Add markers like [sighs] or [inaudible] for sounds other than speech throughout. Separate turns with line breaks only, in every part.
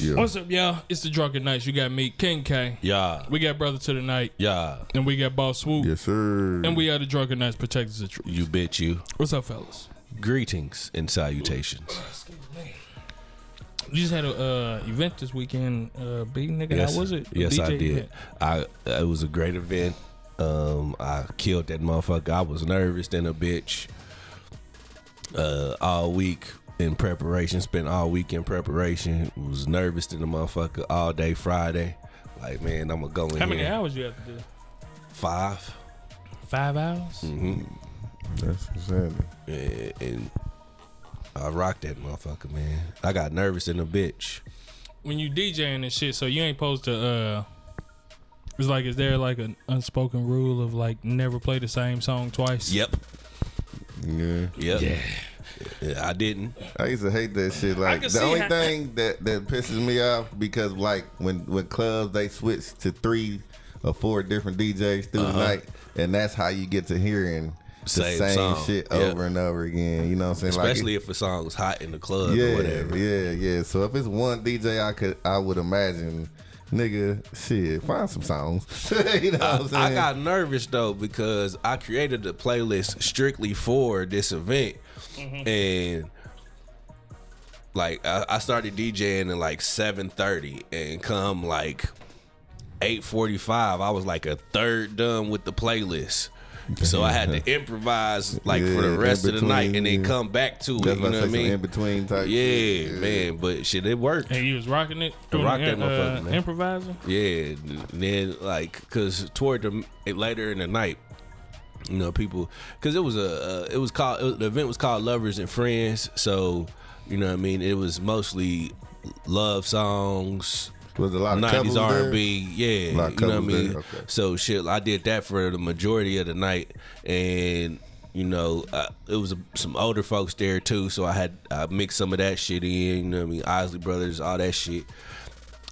Yeah, it's the drunken nights. You got me, King K.
Yeah.
We got brother to the night,
Yeah.
and we got boss swoop,
Yes, sir.
and we are the drunken nights protectors of truth.
You bet you.
What's up, fellas?
Greetings and salutations.
You just had a uh, event this weekend, uh, big nigga.
Yes,
How was it? A
Yes, I
DJ
did.
event.
I uh, it was a great event. Um, I killed that motherfucker. I was nervous than a bitch. Uh, all week in preparation. Spent all week in preparation. Was nervous than a motherfucker all day Friday. Like man, I'm gonna go in
How many
here.
hours you have to do?
five.
Five hours.
Mm.
That's what's happening.
and, and I rocked that motherfucker, man. I got nervous in a bitch.
When you DJing and shit, so you ain't supposed to. uh It's like, is there like an unspoken rule of like never play the same song twice?
Yep.
Yeah.
Yep. Yeah. I didn't.
I used to hate that shit. Like
can
the
see
only
how-
thing that that pisses me off because like when when clubs they switch to three or four different DJs through the night, and that's how you get to hearing the
Uh-huh. Same
same,
song.
shit
Yeah.
over and over again. You know what I'm saying? like,
Especially if a song was hot in the club
yeah,
or whatever.
Yeah, yeah. So if it's one DJ, I could, I would imagine, nigga, shit, find some songs. [laughs] you know what I'm saying?
I got nervous though because I created a playlist strictly for this event, and like I, I started DJing at like seven thirty, and come like eight forty five, I was like a third done with the playlist. So I had
[laughs]
to improvise like for
Yeah,
the
in
rest of the night, and then
between, yeah.
come back to it.
That's
You
about
know what I
to say some in
mean?
between type.
Yeah,
shit.
man. But shit, it worked.
And you was rocking it. doing
rocked
the,
that motherfucker, man.
Improvising.
Yeah, and then like, cause toward the later in the night, you know, people, cause it was a, uh, it was called it was- the event was called Lovers and Friends, so you know, what I mean, it was mostly love songs,
Was a lot of
nineties
couples
R
there?
and B, yeah,
A lot of
you know what I
couples there,
mean.
okay.
So shit, I did that for the majority of the night, and you know, uh, it was some older folks there too, so I had I mixed some of that shit in. You know what I mean, Isley Brothers, all that shit.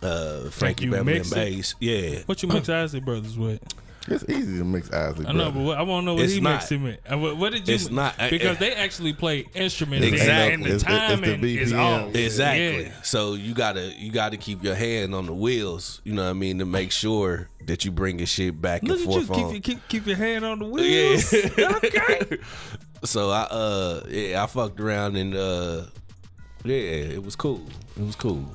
Uh, Frankie
you
Beverly and
mixed it?
Bass,
[laughs]
yeah.
What you mix Isley Brothers with?
It's easy to mix Isley.
I know,
Brothers.
but what, I want to know what
It's
he
not.
mixed him in. Uh, What, what did you?
It's not- I-
because
I-
they actually play instruments.
Exactly.
And
It's-
the
it's the
timing is
BPM.
off.
Exactly.
Yeah.
So you gotta you gotta keep your hand on the wheels. You know what I mean to make sure that you bring your shit back
Look
and
at
forth
you keep,
on.
your- keep keep your hand on the
yeah. [laughs]
wheels. okay.
so I uh yeah I fucked around and uh yeah it was cool. It was cool.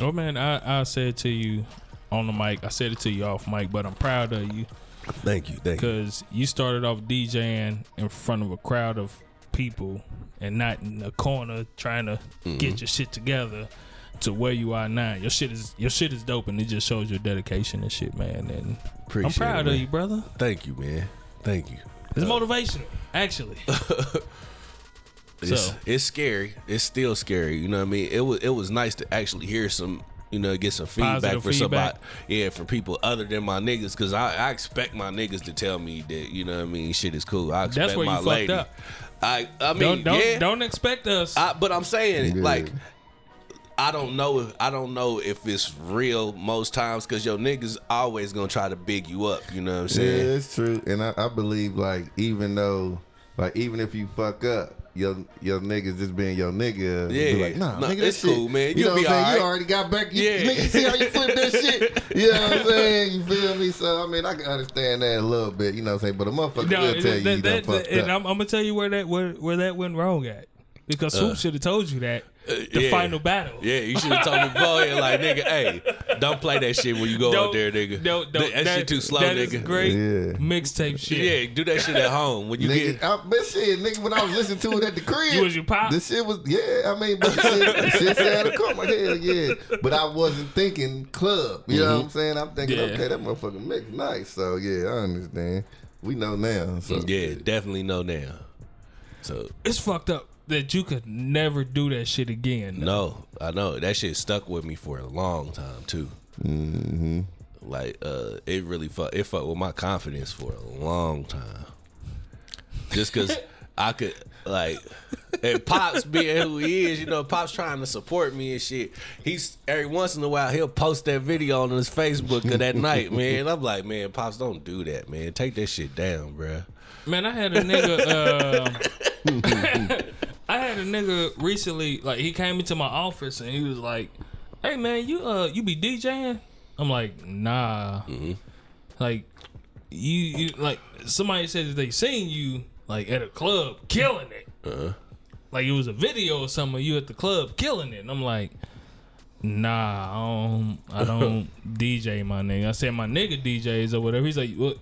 Oh man, I I said to you on the mic. I said it to you off mic, but I'm proud of you
Thank you. Thank you.
because you started off DJing in front of a crowd of people and not in a corner trying to
Mm-hmm.
get your shit together. To where you are now, your shit is your shit is dope, and it just shows your dedication and shit, man. And
Appreciate
I'm proud
it,
of
man. Uh,
you, brother.
Thank you, man. Thank you.
It's motivational,
[laughs]
actually.
It's,
So-
it's scary. It's still scary. You know what I mean? It was it was nice to actually hear some, you know, get some feedback
Positive
for
feedback.
somebody. Yeah, for people other than my niggas, because I, I expect my niggas to tell me that you know what I mean. Shit is cool. I expect
where you
my
fucked
lady.
up.
I I mean
don't don't,
yeah.
don't expect us.
I, but I'm saying
Yeah.
like. I don't know if I don't know if it's real most times because your niggas always gonna try to big you up. You know what I'm saying?
Yeah, it's true, and I, I believe like even though like even if you fuck up. Your, your niggas just being your nigga. be
Yeah.
like, nah,
Nah,
nigga,
it's
this shit-
cool, man.
You
You'll
know what I'm
be
saying?
alright.
You already got back. You,
Yeah.
nigga, see how you flip that shit? You know what I'm saying? You feel me? So, I mean, I can understand that a little bit. You know what I'm saying? But a motherfucker
No,
will
it-
tell you you
that-
done
that-
fucked
and
up.
I'm, I'm gonna tell you where that where, where that went wrong at because Swoop should have told you that the
Uh. yeah.
final battle.
Yeah, you should have told
[laughs]
me boy, like nigga, hey, don't play that shit when you go out there, nigga.
Don't,
that,
don't,
that shit too slow,
that
nigga.
is great
Yeah.
mixtape shit.
Yeah, do that shit at home when you
Nigga,
get.
I, but shit, nigga, when I was listening to it at the crib,
You was your pop?
This shit was, yeah. I mean, but the shit, the shit sounded cool. I'm Like, hell yeah. But I wasn't thinking club. You know what I'm saying? I'm thinking,
Yeah.
okay, that motherfucker mix nice. So yeah, I understand. We know now. So
Yeah, definitely no now. So
It's fucked up that you could never do that shit again.
no, I know that shit stuck with me for a long time too. Mm-hmm. Like uh, it really fuck it fucked with my confidence for a long time. Just cause I could like. And pops being who he is, you know, pops trying to support me and shit. He's every once in a while he'll post that video on his Facebook of that
[laughs]
night, man. I'm like, man, pops, don't do that, man. Take that shit down, bruh.
Man, I had a nigga. Um, [laughs] I had a nigga recently. Like he came into my office and he was like, "Hey man, you uh you be DJing?" I'm like, "Nah."
Mm-hmm.
Like you, you like somebody said that they seen you like at a club killing it.
Uh-huh.
Like it was a video or something of you at the club killing it. And I'm like, "Nah, I don't, I don't
[laughs]
DJ my nigga." I said my nigga DJs or whatever. He's like, "What?"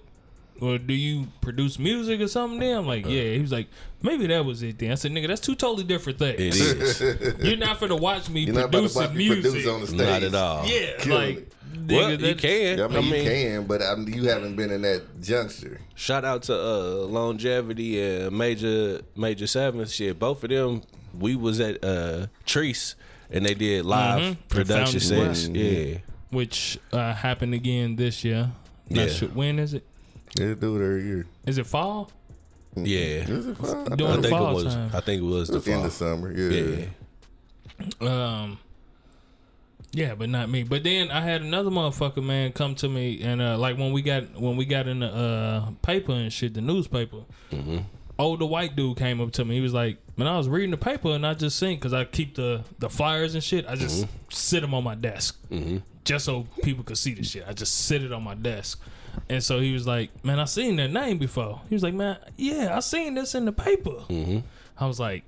Or do you produce music or something? Then I'm
Uh-huh.
like, yeah. He was like, maybe that was it. Then I said, nigga, that's two totally different things.
It is
You're not for to watch me
[laughs] You're not about to
producing
watch me
music.
produce on the stage.
not at all.
Yeah,
Kill
like
it.
nigga,
Well, you
that-
can.
Yeah, I mean,
I mean,
you can, but I mean, you haven't been in that juncture.
shout out to uh, longevity and major major seventh shit. Both of them, we was at uh, Treese and they did live
Mhm.
production
They found
sets. Yeah,
which uh, happened again this year.
Yeah.
Not sure- when is it?
They do it every year.
Is it fall?
yeah.
Is it fun? I
Doing
I
the
think it
fall
was.
time.
I think it was the
thought in
fall.
the summer.
Yeah.
Yeah.
Um, yeah, but not me. But then I had another motherfucker man come to me and uh, like when we got when we got in the uh, paper and shit, the newspaper. Older white dude came up to me. He was like, "Man, I was reading the paper and I just seen because I keep the the flyers and shit. I just sit them on my desk just so people could see the shit. I just sit it on my desk." And so he was like, "Man, I seen that name before." He was like, "Man, yeah, I seen this in the paper." I was like,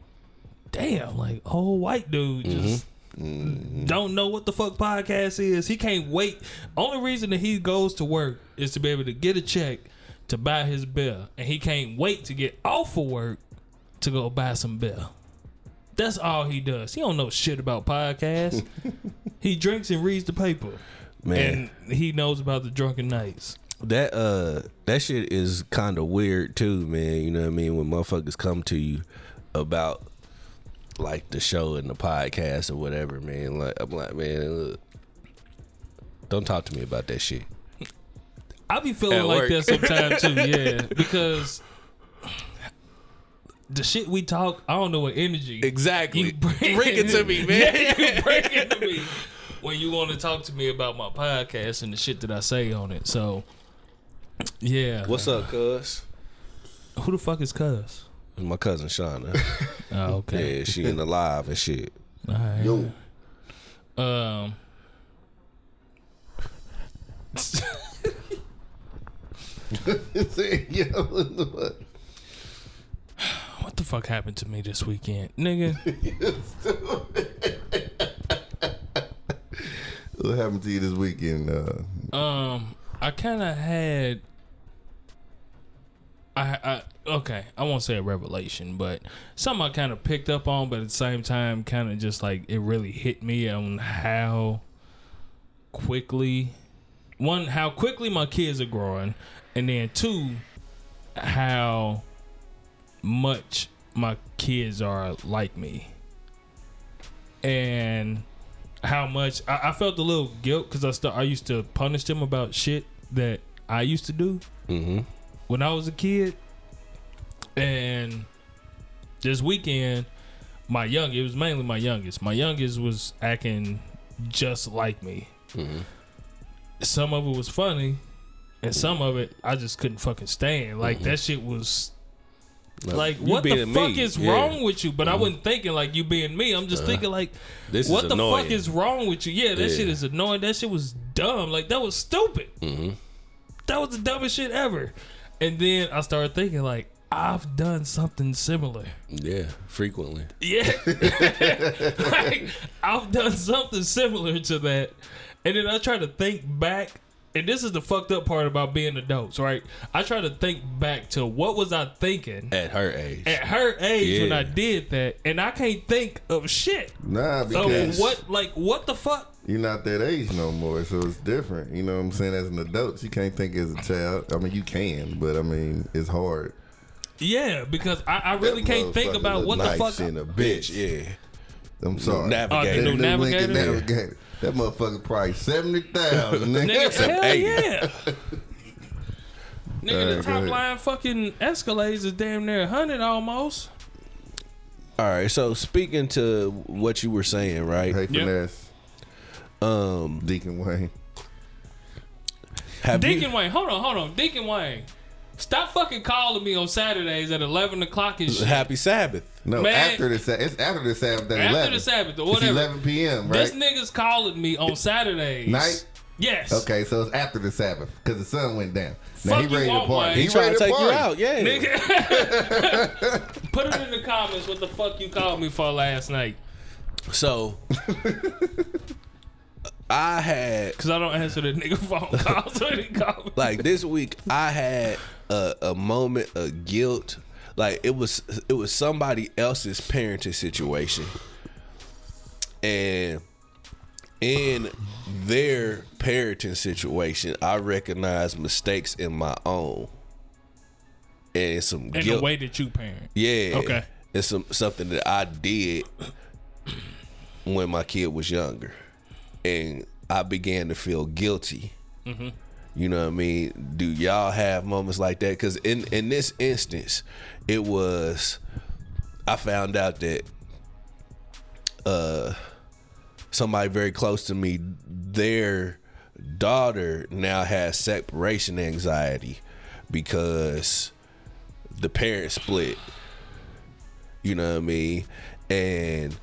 damn, like old white dude just don't know what the fuck podcast is. He can't wait. Only reason that he goes to work is to be able to get a check to buy his bill, and he can't wait to get off of work to go buy some bill. That's all he does. He don't know shit about podcasts.
[laughs]
he drinks and reads the paper,
Man.
and he knows about the drunken nights.
that uh that shit is kind of weird too, man. You know what I mean? When motherfuckers come to you about like the show and the podcast or whatever, man. Like I'm like, man, look, don't talk to me about that shit.
I be feeling
At
like
work.
that sometimes
[laughs]
too, yeah, because the shit we talk, I don't know what energy
Exactly.
you bring,
Bring it to me, man.
[laughs] Yeah, you bring it to me [laughs] when you want to talk to me about my podcast and the shit that I say on it. So, yeah,
What's up, cuz?
who the fuck is Cuz?
My cousin Shauna.
Oh, okay,
yeah, she in the live and shit.
all right.
Yo, [laughs]
Um.
yo, what the fuck?
What the fuck happened to me this weekend, nigga?
what happened to you this weekend? Uh,
Um, I kind of had. I, I okay, I won't say a revelation, but something I kind of picked up on, but at the same time, kind of just like it really hit me on how quickly, one, how quickly my kids are growing, and then two, how much my kids are like me, and how much I, I felt a little guilt because I st- I used to punish them about shit that I used to do
Mm-hmm.
when I was a kid. And this weekend, my young it was mainly my youngest. My youngest was acting just like me. Some of it was funny, and some of it I just couldn't fucking stand. Like that shit was like, what the fuck is wrong with you? But I wasn't thinking like you being me. I'm just thinking like,
This is
what the
annoying.
fuck is wrong with you? Yeah, that
Yeah.
shit is annoying. That shit was dumb. Like that was stupid.
Mm-hmm.
That was the dumbest shit ever. And then I started thinking like, I've done something similar.
Yeah, frequently.
Yeah, [laughs] like I've done something similar to that. And then I try to think back. And this is the fucked up part about being adults, right? I try to think back to what was I thinking
At her age.
at her age when
Yeah.
I did that, and I can't think of shit.
nah,
So
because
what, like, what the fuck?
you're not that age no more, so it's different. You know what I'm saying? As an adult, you can't think as a child. I mean, you can, but I mean, it's hard.
Yeah, because I, I really can't think
motherfucker
about
look
what the
nice
fuck.
in a
Bitch,
bitch.
yeah.
I'm sorry.
Oh,
Navigator.
the new
That new Lincoln
navigator.
Navigator. That motherfucker probably seventy thousand.
Nigga, hell
Hey.
yeah.
[laughs]
Nigga, the
Alright, go
top
ahead.
line fucking Escalades is damn near hundred almost.
All right, so speaking to what you were saying, right?
Hey,
Yep.
finesse. Um, Deacon Wayne.
Have you-
Deacon Wayne, hold on, hold on. Deacon Wayne, Stop fucking calling me on Saturdays at eleven o'clock
[laughs]
and shit.
Happy Sabbath.
No,
Man.
after the Sabbath. It's after the Sabbath at
After
11.
the Sabbath or
It's
whatever.
11 p.m., right?
This nigga's calling me on Saturdays.
Night?
Yes.
Okay, so it's after the Sabbath because the sun went down.
Fuck
Now he
you,
ready to
Walt
party.
White.
He
You
trying
ready
to take you
party.
out. Yeah.
Nigga. Put it in the comments what the fuck you called me for last night.
[laughs]
So I had
Cause I don't answer the nigga [laughs] phone calls when he called me.
like this week I had a, a moment of guilt. Like it was it was somebody else's parenting situation. And in their parenting situation, I recognized mistakes in my own. And some
in
guilt.
the way that you parent.
Yeah.
Okay.
It's some something that I did when my kid was younger, and I began to feel guilty. You know what I mean? Do y'all have moments like that? Because in in this instance, it was I found out that uh somebody very close to me, their daughter now has separation anxiety because the parents split. You know what I mean? And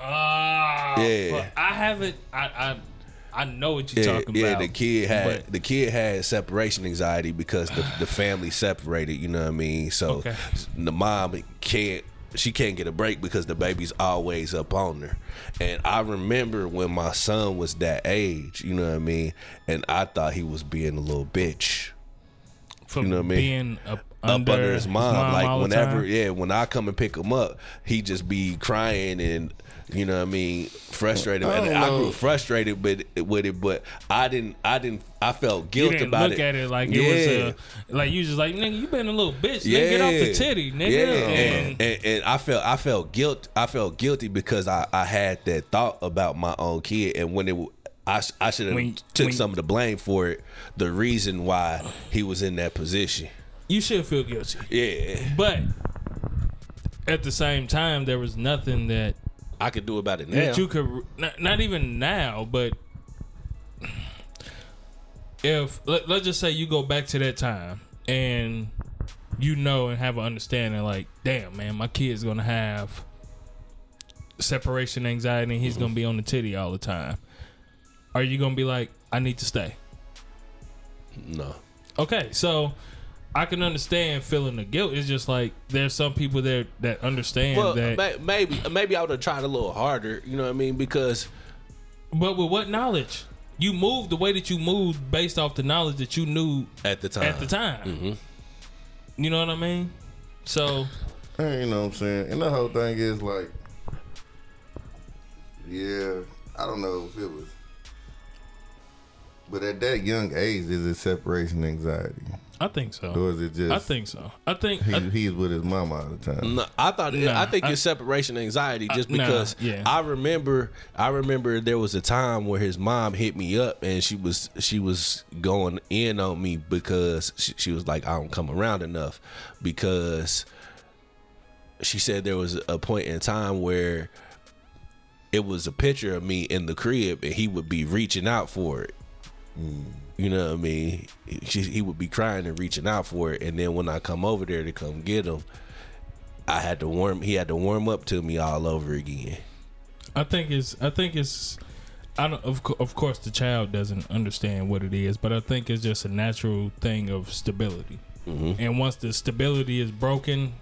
Ah,
Yeah.
fuck. I haven't. I I, I know what you're
yeah,
talking
yeah,
about.
the kid had
but-
the kid had separation anxiety because the, the family separated. You know what I mean? So
Okay.
the mom can't she can't get a break because the baby's always up on her. And I remember when my son was that age. You know what I mean? And I thought he was being a little bitch.
From
you know what I mean?
being up
up under his mom.
all
like
the
whenever,
time.
yeah, when I come and pick him up, he just be crying and you know what I mean, frustrated.
I
and
don't
I
know.
grew frustrated with with it, but I didn't, I didn't, I felt
You
guilt
didn't
about
look
it.
at it like it
Yeah.
was a like you just like nigga you been a little bitch nigga
Yeah.
get off the titty nigga
Yeah.
and,
And, and, and I felt I felt guilt I felt guilty because I, I had that thought about my own kid and when it w- I, sh- I should
When-
have took
when-
some of the blame for it the reason why he was in that position
you should feel guilty
yeah
but at the same time there was nothing that
I could do about it now
that you could not, not even now but if let, let's just say you go back to that time and you know and have an understanding like damn man my kid's gonna have separation anxiety and he's gonna be on the titty all the time are you gonna be like i need to stay
no
okay so i can understand feeling the guilt it's just like there's some people there that understand
Well,
that
may- maybe maybe I would have tried a little harder. You know what I mean? Because
But with what knowledge? You moved the way that you moved based off the knowledge that you knew
at the time,
at the time.
Mm-hmm.
You know what I mean? So
Hey, You know what I'm saying? And the whole thing is like, yeah, I don't know if it was. But at that young age, is it separation anxiety?
I think so.
Or is it just.
I think so. I think
He,
I,
he's with his mama all the time.
No, I thought it,
Nah,
I think
I-
it's separation anxiety just
nah,
because
yeah.
I remember I remember there was a time where his mom hit me up and she was she was going in on me because she, she was like I don't come around enough because she said there was a point in time where it was a picture of me in the crib and he would be reaching out for it. You know what I mean? She, he would be crying and reaching out for it, and then when I come over there to come get him, I had to warm. He had to warm up to me all over again.
I think it's I think it's I don't of co- of course the child doesn't understand what it is, but I think it's just a natural thing of stability.
Mm-hmm.
And once the stability is broken,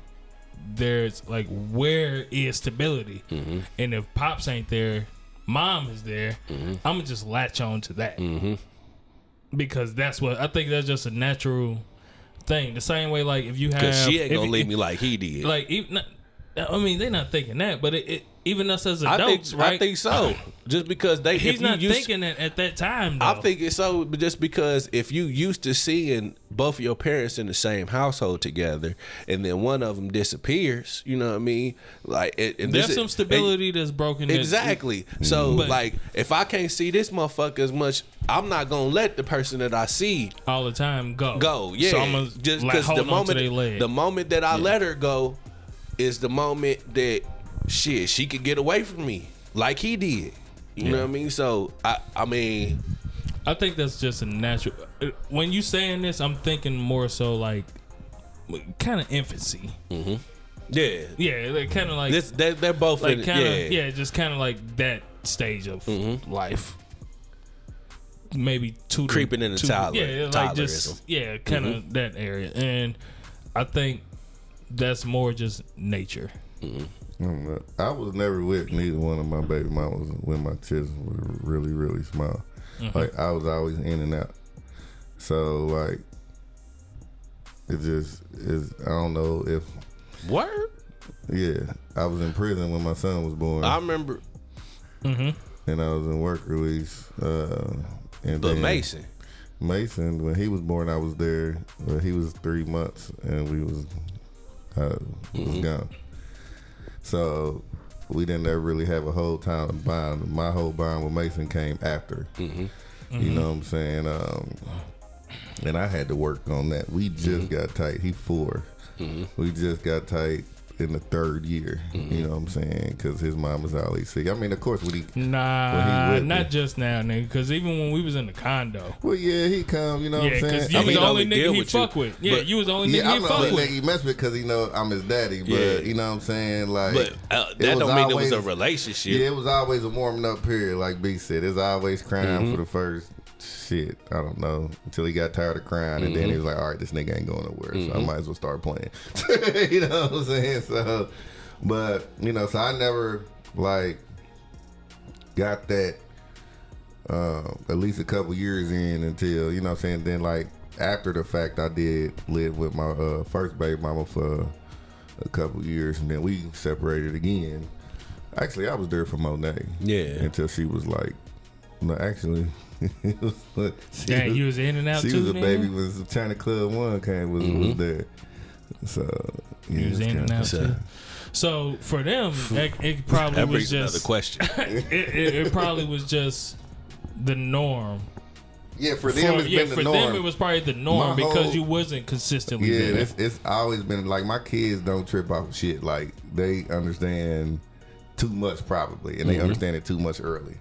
there's like where is stability?
Mm-hmm.
And if pops ain't there, mom is there.
Mm-hmm.
I'm gonna just latch on to that because that's what I think. That's just a natural thing. The same way, like if you have,
Cause she ain't
if
gonna
you-
leave me like he did.
Like even, not, I mean, they're not thinking that, but it, it even us as
I
adults,
think
right?
I think so. Just because they if
He's
you
not
used-
thinking that at that time. Though.
I think it's so but just because if you used to seeing both of your parents in the same household together, and then one of them disappears, you know what I mean? Like, it, and this
there's
is-
some
and-
stability that's broken. that-
Exactly. So
But-
like, if I can't see this motherfucker as much, I'm not gonna let the person that I see
all the time. Go,
go. Yeah,
So I'm gonna
just
like,
because
hold
the
on to
moment
their leg.
the moment that I let her go is the moment that shit she could get away from me like he did. You know what I mean? So I I mean
I think that's just a natural. uh, When you saying this, I'm thinking more so like kind of infancy.
Yeah.
Yeah, like kind of like
This they they're both
like
in,
kind of
yeah. Mm-hmm.
yeah. just kind of like that stage of life. Maybe two
Creeping into
two-
toddler- Mm-hmm.
yeah, like just yeah, kind of that area, and I think that's more just nature.
I don't know. I was never with neither one of my baby mamas when my children were really, really small. Like I was always in and out. So like it just is I don't know if
Word.
yeah. I was in prison when my son was born
I remember
and I was in work release. Uh and
but
then
Mason.
Mason, when he was born I was there. Well, he was three months and we was uh was gone. So we didn't ever really have a whole time bond. My whole bond with Mason came after. You know what I'm saying? Um, and I had to work on that. We just got tight. He 4 We just got tight in the third year. You know what I'm saying? Because his mom was always sick. I mean, of course, when he Well,
Nah,
he with
not
me.
just now, nigga. Because even when we was in the condo,
well, yeah, he come. You know
yeah,
what I'm saying?
because you
I
was
mean,
the only
only deal
nigga he
with you,
fuck with. Yeah,
but-
you was the only
yeah,
nigga
I'm
he
the only
fuck
nigga
with.
he messed with because he know I'm his daddy. But
Yeah.
you know what I'm saying? Like,
But uh,
it
that don't mean it was a
always-
relationship.
Yeah, it was always a warming up period, like B said. It's always crying
Mm-hmm.
for the first shit. I don't know until he got tired of crying, and
Mm-hmm.
then he was like, "All right, this nigga ain't going nowhere, so I might as well start playing." [laughs] you know what I'm saying? So, but you know, so I never like got that uh, at least a couple years in until you know what I'm saying. Then like after the fact, I did live with my uh, first baby mama for a couple years, and then we separated again. Actually, I was there for Monet.
Yeah.
until she was like, no, actually, [laughs] it was, she
Dang,
was,
you was in and out
she
too.
was a
nigga?
baby when China Club One came was, was there. So yeah,
You was
it's
in and
kinda-
out too. So
[laughs]
for them, it, it probably
That
was
brings another
just
question.
it, it, it probably was just the norm.
Yeah, for them
for,
it's
yeah,
been
for
the norm.
them it was probably the norm
My
because
whole-
you wasn't consistently
Yeah,
there.
it's, it's always been like my kids don't trip off of shit. Like they understand too much probably, and they understand it too much early.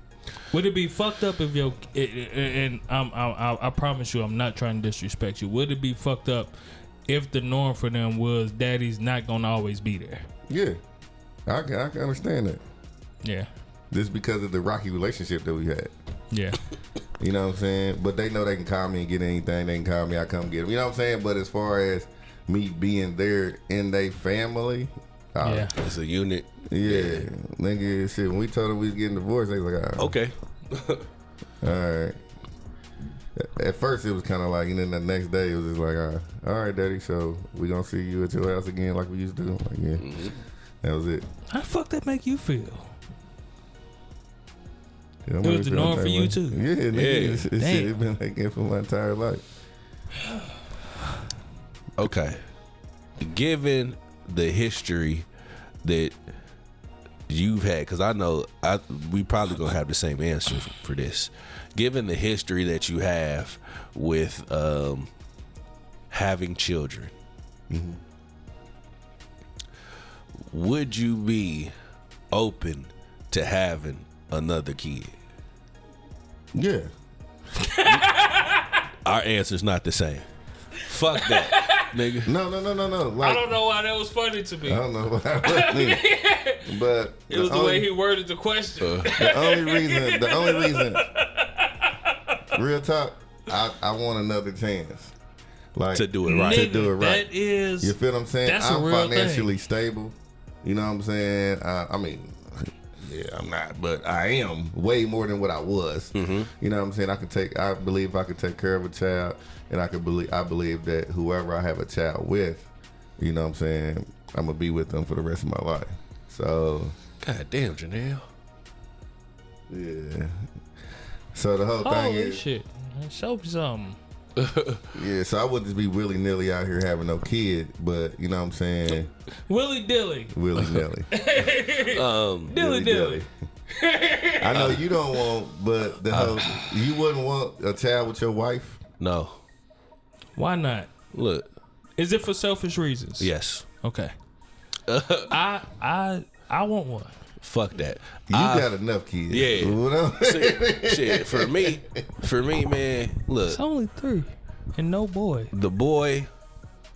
Would it be fucked up if your it, it- and I'm, I, I I promise you I'm not trying to disrespect you. Would it be fucked up if the norm for them was daddy's not gonna always be there?
Yeah, I can, I can understand that.
Yeah,
Just because of the rocky relationship that we had. [laughs]
yeah,
You know what I'm saying? But they know they can call me and get anything. They can call me. I come get them. You know what I'm saying? But as far as me being there in their family, uh,
yeah.
It's a unit.
yeah, nigga, shit. When we told them we was getting divorced, they was like, "Ah,
Okay.
All right. At first, it was kind of like, and then the next day, it was just like, all right, all right daddy, so we gonna see you at your house again, like we used to. do. Like, yeah, that was it.
How the fuck that make you feel?
Yeah, I'm
It was
really
the
feeling
norm
that
for you,
way.
too.
Yeah, nigga, [laughs] It's, it's,
Damn.
it's been like that for my entire life.
Okay. Given the history that you've had, because I know I we probably gonna have the same answer for this. Given the history that you have with um, having children, would you be open to having another kid?
Yeah,
Our answer's not the same. Fuck that, [laughs] nigga.
no, no, no, no, no. Like,
I don't know why that was funny to me.
I don't know what happened, but
it was the
oh,
way he worded the
Uh,
question.
The only reason, the only
[laughs]
reason, real talk, I, I want another chance. Like
To do it right.
to do it
Nigga,
right.
That is
You feel what I'm saying?
That's a
I'm
real
financially stable. You know what I'm saying? I, I mean, [laughs] yeah, I'm not, but I am way more than what I was.
Mm-hmm.
You know what I'm saying? I can take. I believe I can take care of a child, and I can believe. I believe that whoever I have a child with, you know what I'm saying, I'm gonna be with them for the rest of my life. So
God damn, Janelle.
yeah. So the whole thing
holy
is,
shit. Show me something.
yeah. So I wouldn't just be willy nilly out here having no kid, but you know what I'm saying,
Willy dilly,
willy nilly.
dilly dilly.
[laughs] I know you don't want, but the
Uh,
whole, you wouldn't want a child with your wife.
No.
Why not?
Look.
Is it for [laughs] selfish reasons?
Yes.
Okay. I I I want one.
Fuck that.
You
I-
got enough kids.
Yeah.
What [laughs]
[laughs]
else?
shit, shit, for me, for me, man. Look,
It's only three, and no boy.
the boy,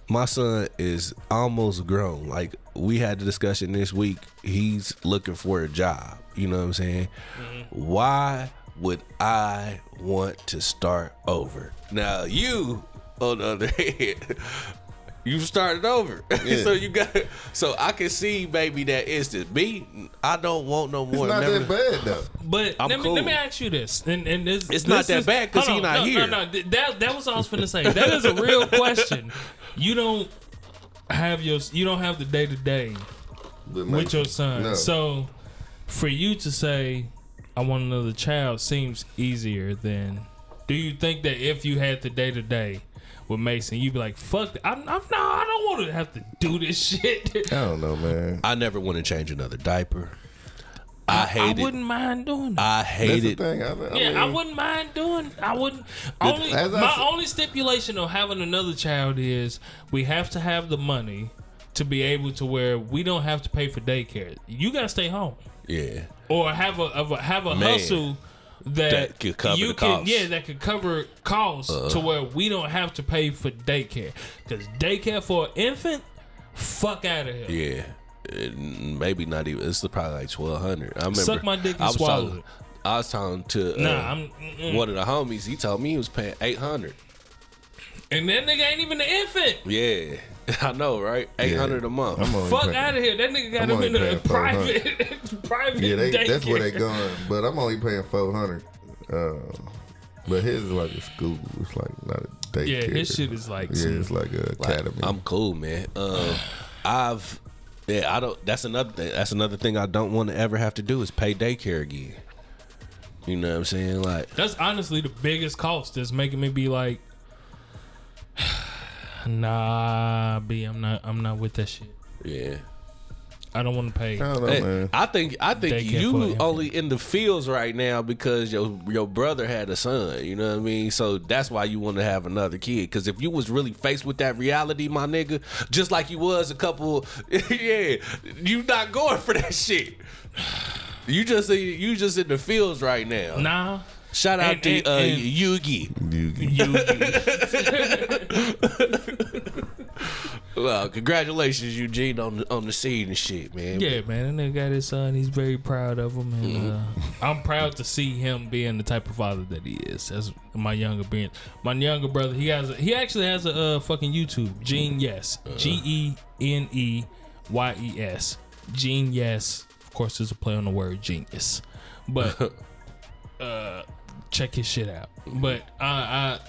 my son is almost grown. Like we had the discussion this week. He's looking for a job. You know what I'm saying? Why would I want to start over? Now you, on the other [laughs] hand, you started over. [laughs] so you got so I can see baby that instant. Me, I don't want no
It's
more.
not
never-
that bad though.
But
I'm
let me,
cool.
let me ask you this, and and this,
It's
this
not that
is-
bad 'cause
hold
he
on.
not
no,
here.
No, no, th- that that was what I was finna say. That is a
[laughs]
real question. You don't have your you don't have the day to day
But my-
with your son.
No.
So for you to say I want another child seems easier than. Do you think that if you had the day to day with Mason, you'd be like, "Fuck, th- I'm, I'm no, I don't want to have to do this [laughs] shit."
I don't know, man.
I never want to change another diaper. I
I
hate it.
wouldn't mind doing that.
I
That's
hate
the
it.
thing. I, I
Yeah,
mean,
I wouldn't mind doing. I wouldn't. Only
as I
my
said-
only stipulation of having another child is we have to have the money to be able to where we don't have to pay for daycare. You gotta stay home
Yeah.
or have a, have a have a
Man.
hustle that,
That could cover
you
the
can
cost. Uh-huh.
yeah that could cover costs to where we don't have to pay for daycare because daycare for an infant, fuck out of here.
Yeah, And maybe not even. It's probably like twelve hundred. I remember.
Suck my dick and
I was
swallow
talking,
it.
I was talking to uh,
Nah, I'm, mm. mm-mm.
one of the homies. He told me he was paying eight hundred.
and that nigga ain't even an infant.
Yeah, [laughs] I know, right? Eight hundred a month.
I'm only
Fuck
paying-
out of here. That nigga got
I'm
him
only
in a
paying 400.
private, [laughs] private
Yeah, they,
daycare.
that's where they going. But I'm only paying four hundred. Um, but his is like a school. It's like not a
Yeah,
daycare.
his shit is like
Yeah,
some-
it's like a
Like,
academy.
I'm cool, man. Um, I've yeah, I don't. That's another thing. That's another thing I don't want to ever have to do is pay daycare again. You know what I'm saying? Like,
That's honestly the biggest cost that's making me be like, [sighs] nah, B, I'm not, I'm not with that shit.
yeah.
I don't want to pay.
I don't know,
Hey,
Oh, man.
I think I think
Daycare for
you
him.
only in the fields right now because your your brother had a son. You know what I mean? So that's why you want to have another kid. Because if you was really faced with that reality, my nigga, just like you was a couple, [laughs] yeah, you not going for that shit. You just you just in the fields right now.
Nah,
Shout out
And-
to
and-
uh,
and-
Yugi.
You-
you.
Well, congratulations, Eugene, on the, on the seed and shit, man.
yeah, man, that nigga got his son. He's very proud of him, and uh, I'm proud to see him being the type of father that he is. That's my younger being. My younger brother, he has, a, he actually has a uh, fucking YouTube. Gene Yes, G E N E Y E S. Gene Yes, of course, there's a play on the word genius, but uh, check his shit out. But I, I,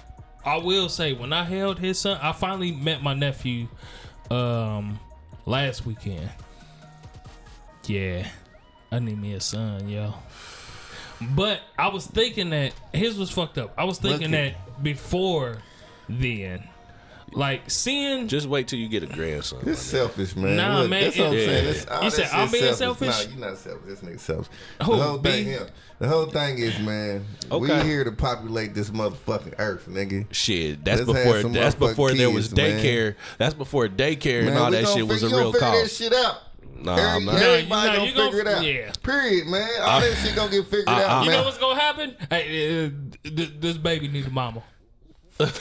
I will say, when I held his son, I finally met my nephew um last weekend. Yeah, I need me a son, yo. But I was thinking that his was fucked up. I was thinking
Lucky.
that before then, like seeing.
Just wait till you get a grandson.
It's selfish, man.
Nah,
Look,
man,
That's what I'm
it-
saying. It's,
Yeah.
all
You
that
said
shit's
I'm being selfish?
Nah, you're not selfish. This nigga selfish.
Who,
the whole thing,
B?
him. The whole thing is, man.
Okay.
We here to populate this motherfucking earth, nigga.
Shit, that's
Let's have
before
some
that's
motherfucking
before there was
kids, man.
daycare. That's before daycare and
Man,
all
we
that
gonna
shit was a
figure-
real
you gonna figure
cost.
that shit out.
Nah,
Every-
I'm not.
Everybody
Nah, you- nah,
gonna
you
figure
gonna-
it out.
yeah.
Period, man. All that shit gonna get figured out,
I-
You
man.
know what's gonna happen? Hey, uh, th- this baby need a mama.
[laughs] yeah, I'm
[laughs]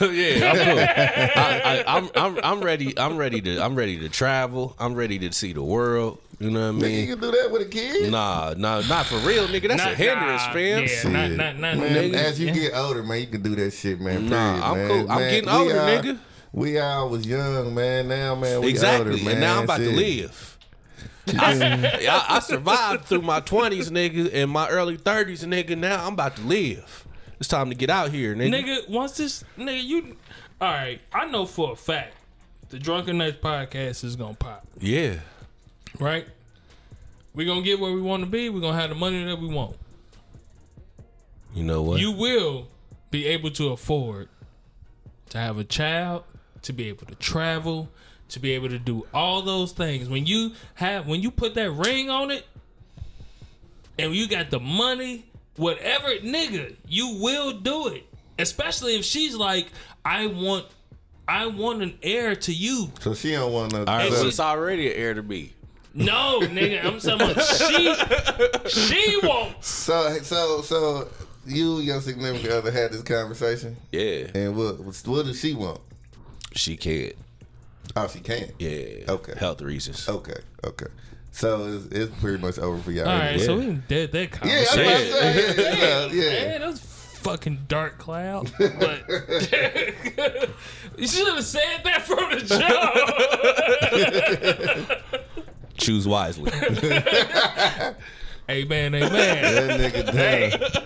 cool. I, I, I'm, I'm I'm ready. I'm ready to I'm ready to travel. I'm ready to see the world. You know what I
Nigga, you
mean?
can do that with a kid.
Nah, nah, not for real, nigga. That's a
Not-
hindrance,
nah,
fam.
Yeah, not,
Shit.
not, not,
Man,
nigga.
as you
Yeah.
get older, man, you can do that shit, man.
Nah,
period,
I'm
man.
cool. I'm
Man,
getting
we
older,
are-
nigga.
We all was young, man. Now, man, we
Exactly.
older, man.
and now I'm about to
Shit.
live. I, I, I survived through my 20s, nigga, and my early 30s, nigga. Now I'm about to live. It's time to get out here, nigga.
nigga. Once this nigga, you all right? I know for a fact the Drunken Nights podcast is gonna pop,
Yeah.
right? We're gonna get where we want to be. We're gonna have the money that we want.
You know what?
You will be able to afford to have a child, to be able to travel, to be able to do all those things. When you have, when you put that ring on it, and you got the money, whatever, nigga, you will do it. Especially if she's like, I want, I want an heir to you.
So she don't want no.
All right,
And
so
she-
it's already an heir to me.
No, nigga, I'm talking about she. She won't.
[laughs] So so so you your significant other had this conversation,
Yeah,
and what what does she want?
she can't.
Oh, she can't.
Yeah.
Okay. Oh.
Health reasons.
Okay. Okay. So it's, it's pretty much over for y'all.
All right,
anyway.
so we done dead that
yeah,
conversation.
I'm
Yeah.
saying. Yeah,
[laughs]
yeah.
Man, that's fucking dark cloud. But [laughs] you should have said that from the jump.
Choose
[laughs]
wisely.
amen, amen.
That nigga done.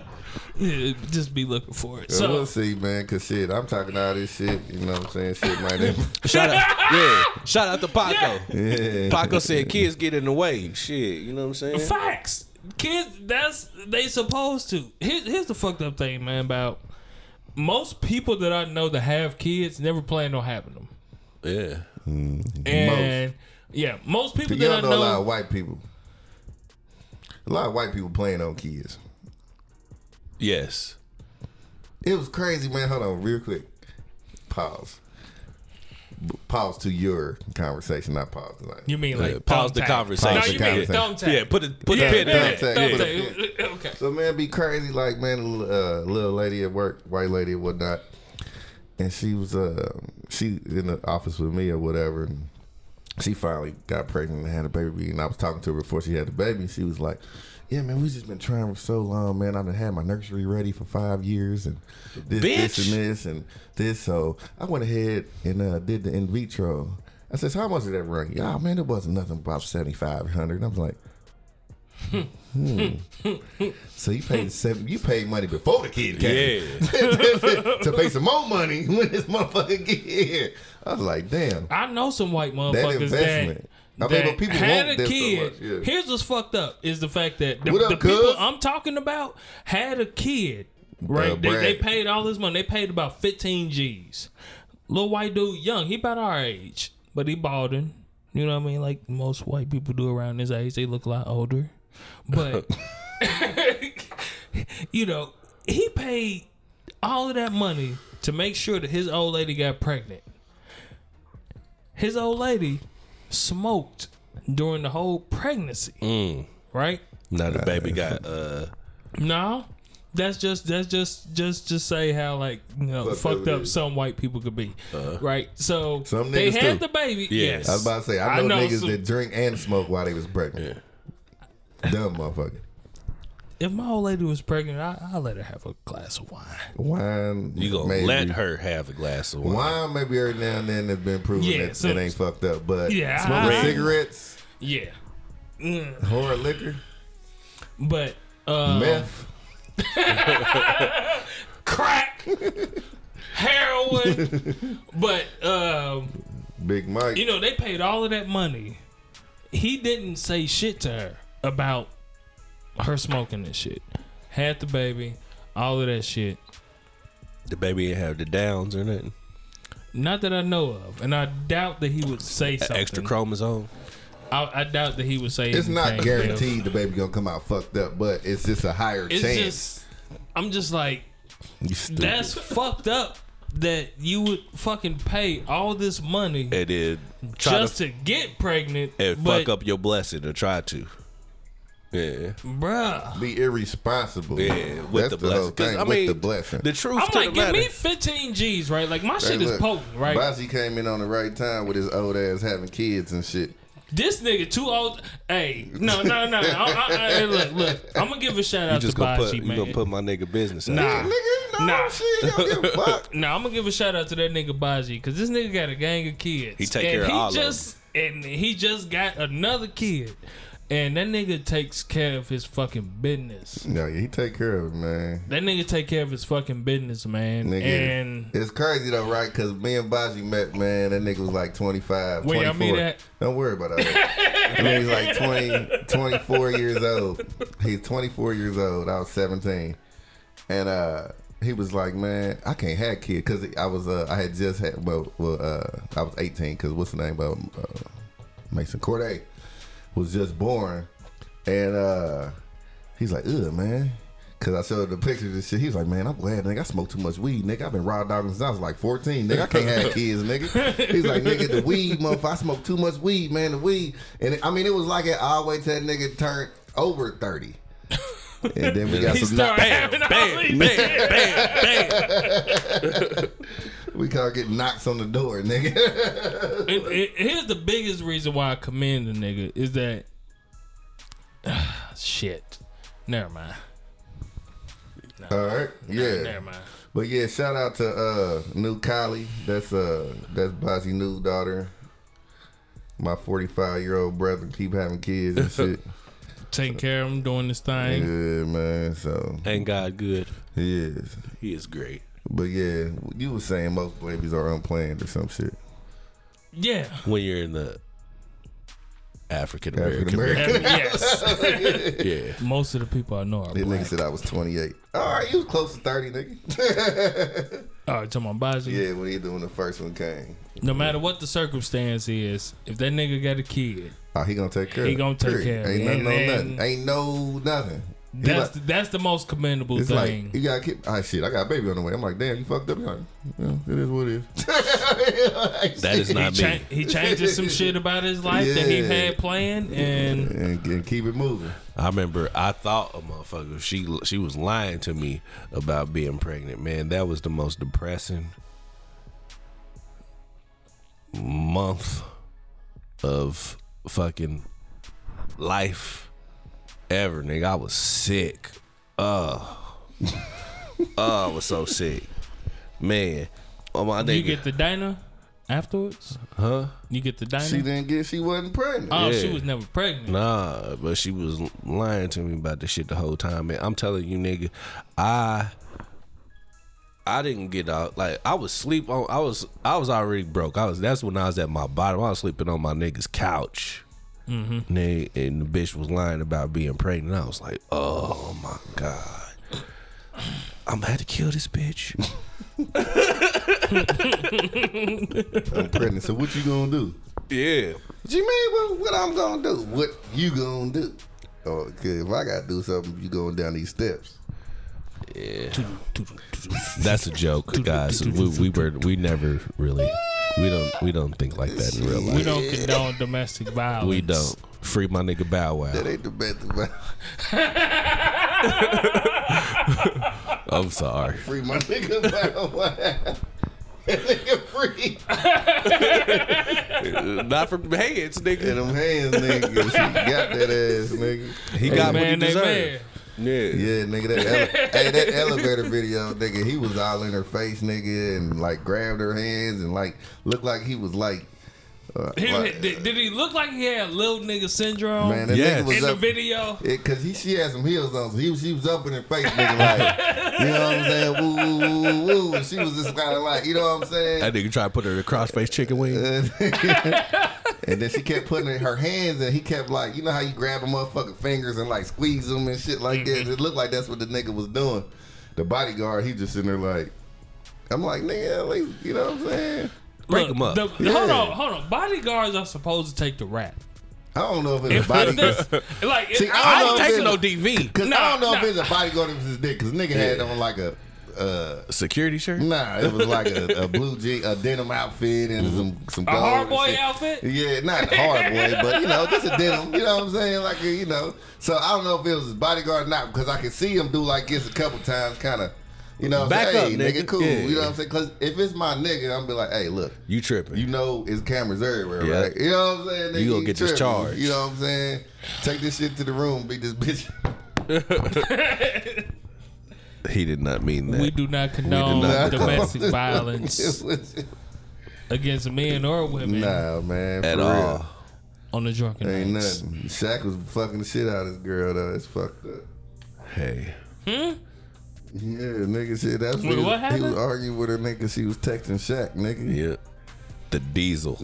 Yeah, Just be looking for it.
So, we'll
So
see, man. Cause shit, I'm talking all this shit. You know what I'm saying? Shit
[laughs]
might happen.
Shout out, yeah. Shout out to Paco.
Yeah.
Paco said kids get in the way. Shit, you know what I'm saying?
facts, kids. That's they supposed to. Here, here's the fucked up thing, man. About most people that I know that have kids never plan on having them.
Yeah.
And yeah, most people
Y'all
that
know
I
a lot
know.
of white people. A lot of white people playing on kids.
Yes.
It was crazy, man. Hold on, real quick. Pause. B- Pause to your conversation. Not pause tonight.
You mean
Yeah,
like
pause the
thumbtack.
conversation.
No, you mean
Pause the
thumbtack.
Yeah. Put a put
Yeah,
a pin in
yeah,
that.
thumbtack.
Yeah.
thumbtack. Okay.
So man, be crazy like man, a little, uh, little lady at work, white lady and whatnot, and she was uh she in the office with me or whatever, and she finally got pregnant and had a baby, and I was talking to her before she had the baby, and she was like. Yeah, man, we just been trying for so long, man. I've had my nursery ready for five years, and this, this,
Bitch.
and this, and this. So I went ahead and uh, did the in vitro. I says, "How much did that run?" Y'all, man, it wasn't nothing about seventy five hundred. I was like, so you paid seven. You paid money before the kid came.
Yeah.
[laughs] to pay some more money [laughs] when this motherfucker get here. I was like, damn.
I know some white
That
motherfuckers that.
investment. I mean,
that
but people
had
want
a
this so
kid.
much, yeah.
Here's what's fucked up is the fact that the,
What up,
the people
cuz?
I'm talking about had a kid. Right?
Uh,
they, they
Brad.
paid all this money. They paid about 15 G's. Little white dude, young. He about our age, but he balding. You know what I mean? Like most white people do around this age, they look a lot older. But you know, he paid all of that money to make sure that his old lady got pregnant. His old lady smoked during the whole pregnancy, right?
Now the baby got uh
No, that's just that's just just to say how like you know
Fucked
fucked
up it
up
is. Uh-huh.
some white people could be, right? So
Some
they
niggas
had
too.
the baby. Yes,
I was about to say, I
I
know,
know
niggas
some-
that drink and smoke while they was pregnant. Dumb motherfucker.
if my old lady was pregnant, I I let her have a glass of wine.
Wine.
you gonna
maybe.
let her have a glass of wine.
Wine maybe every now and then has been proven
Yeah,
that
so-
it ain't fucked up, but
Yeah,
smoking
I-
cigarettes,
Yeah,
hard liquor,
Mm. but uh,
meth, [laughs]
crack, heroin. but um,
Big Mike.
you know, they paid all of that money. He didn't say shit to her about her smoking and shit. Had the baby, all of that shit.
The baby ain't have the downs or nothing.
Not that I know of, and I doubt that he would say something.
Extra chromosome.
I, I doubt that he would say.
it's not
anything, Bill.
guaranteed the baby gonna come out fucked up, but it's just a higher
It's
chance.
just, I'm just like,
you stupid.
that's fucked up that you would fucking pay all this money
And then try
just
to,
to, get pregnant
and
but,
fuck up your blessing or try to. Yeah.
bruh.
be irresponsible.
Yeah, with
That's
the blessing.
whole
'Cause,
thing,
I
with
mean,
the blessing.
The truth
I'm
to
like,
the
give
matter.
me 15 G's, right? Like my shit
Hey,
is
look,
potent, right?
Bossy came in on the right time with his old ass having kids and shit.
This nigga too old. Hey, no, no, no. no. I, I, I, hey, look, look. I'm gonna give a shout
you
out to
just gonna put
Bachi,
you
man.
gonna put my nigga business out.
Nah.
Nigga, no,
Nah.
shit, you
[laughs]
don't give a fuck.
Nah, I'm gonna give a shout out to that nigga Baji because this nigga got a gang of kids.
He take
and
care of
he
all of
just, And he just got another kid, and that nigga takes care of his fucking business.
No, he take care of it, man.
That nigga take care of his fucking business, man.
Nigga,
And
it's crazy though, right? Because me and Baji met, man. That nigga was like 25,
Where y'all
24.
meet at?
Don't worry about all
[laughs]
that. and then he's like 20, 24 years old. He's 24 years old. I was 17. And uh, he was like, man, I can't have kids because I was, uh, I had just had, well, well uh, I was 18 because what's the name of uh, Mason Corday was just born. And uh, he's like, ugh, man. Cause I showed the pictures and shit. He was like, "Man, I'm glad, nigga. I smoked too much weed, nigga. I've been raw dogging since I was like 14, nigga. I can't have kids, nigga." He's like, "Nigga, the weed, motherfucker. I smoked too much weed, man. The weed." And I mean, it was like it all the way to that nigga turned over 30. And then we got
He
some.
started [laughs] having all these.
We kind of get knocks on the door, nigga. [laughs]
And- and here's the biggest reason why I commend the nigga is that [sighs] shit. Never mind.
All right, yeah.
Never mind.
But yeah, shout out to uh new Kylie. That's uh that's Bozzy new daughter. My forty five year old brother keep having kids
[laughs]
and shit.
Taking care of him, doing this thing.
yeah, man. So
Ain't God good.
he is.
He is great.
But yeah, you were saying most babies are unplanned or some shit.
Yeah.
When you're in the African
African
American.
American.
yes.
[laughs] Yeah.
Most of the people I know are
That nigga
black.
said I was twenty eight. All right, you was close to thirty,
[laughs]
nigga.
All right, talking about Baji.
yeah, when he doing the first one came.
No matter what the circumstance is, if that nigga got a kid,
Oh, he gonna take care.
He
of it.
gonna take
Period.
care of it.
Ain't nothing,
And-
no
and-
nothing. Ain't no nothing. He like-
that's the, that's the most commendable
It's
thing.
like you gotta keep. Ah, shit, I got a baby on the way. I'm like, damn, you fucked up. You're like, yeah, it is what it [laughs] is.
That is
he,
not me.
cha- he changes some shit about his life that he
Yeah.
had planned, and
and, and keep it moving.
I remember I thought a motherfucker she she was lying to me about being pregnant. Man, that was the most depressing month of fucking life ever, nigga. I was sick. Oh, oh, I was so sick, man. Oh my
you
nigga,
get the diner afterwards.
huh?
You get the diner.
She didn't get. She wasn't pregnant.
oh, she
yeah.
was never pregnant.
Nah, but she was lying to me about this shit the whole time, man. I'm telling you, nigga, I I didn't get out. Like I was sleep on. I was I was already broke. I was that's when I was at my bottom. I was sleeping on my nigga's couch. And, they- and the bitch was lying about being pregnant. I was like, oh my god, I'm about to kill this bitch.
I'm pregnant. So what you gonna do?
yeah,
What you mean? What, what I'm gonna do? What you gonna do? Oh, okay, if I gotta do something, you going down these steps.
that's a joke, guys. we, we were we never really we don't we don't think like that in real life.
We don't condone domestic violence.
We don't. Free my nigga Bow Wow.
That ain't the best. advice.
I'm sorry.
[laughs] Free my nigga. [laughs] Bow Wow. That nigga free.
Not from hands,
And
nigga.
them hands, nigga. [laughs] She got that ass, nigga.
He got what he
Man, they man.
deserved. Yeah.
Yeah, nigga, that
[laughs]
ele- hey, that elevator video, nigga, he was all in her face, nigga, and like grabbed her hands and like looked like he was like, uh,
He-
like,
did, did he look like he had little nigga syndrome
man, that
Yes.
nigga
in
was
the
up.
video?
It, Cause he she had some heels on, so he was she was up in her face, nigga, like you know what I'm saying, woo woo woo woo, woo. And she was just kind of like, you know what I'm saying.
That nigga tried to put her in a crossface chicken wing.
And then she kept putting in her hands, and he kept like, you know how you grab a motherfucking fingers and like squeeze them and shit like
Mm-hmm.
that. It looked like that's what the nigga was doing. The bodyguard, he just sitting there like, I'm like, nigga, at least, you know what I'm saying?
Break him up.
the- the- Hold
Yeah.
on, hold on. Bodyguards are supposed to take the rap.
I don't know if it's a bodyguard.
That's- [laughs] like,
[laughs] See, I
I,
don't
I ain't
know if
taking
it's-
no DV.
Cause I
Nah,
don't know
nah.
if it's a bodyguard if it's his dick, cause nigga had on like a, uh,
Security shirt?
nah, it was like a, a blue jean, a denim outfit, and some some
a
gold
hard
and
boy
shit.
outfit.
Yeah, not hard boy, but you know, just a denim. You know what I'm saying? Like a, you know, so I don't know if it was his bodyguard or not because I could see him do like this a couple times, kind of. You know, what I'm
Back
saying?
up,
hey, nigga,
nigga.
cool.
Yeah.
You know what I'm saying? Because if it's my nigga, I'm be like, hey, look,
You tripping.
you know, it's cameras everywhere,
Yeah.
right? You know what I'm saying? Nigga,
You gonna get
tripping.
discharged.
You know what I'm saying? Take this shit to the room, beat this bitch. [laughs]
he did not mean that.
We do not condone
not condone- [laughs]
domestic violence against men or women
nah, man,
at
for
all.
on the drunken
Real. Ain't
nights.
nothing. Shaq was fucking the shit out of this girl though. It's fucked up.
Hey.
Yeah, nigga, shit. That's what,
Wait,
he,
what
was- he
happened?
was arguing with her nigga. She was texting Shaq, nigga.
Yeah. The [laughs] diesel.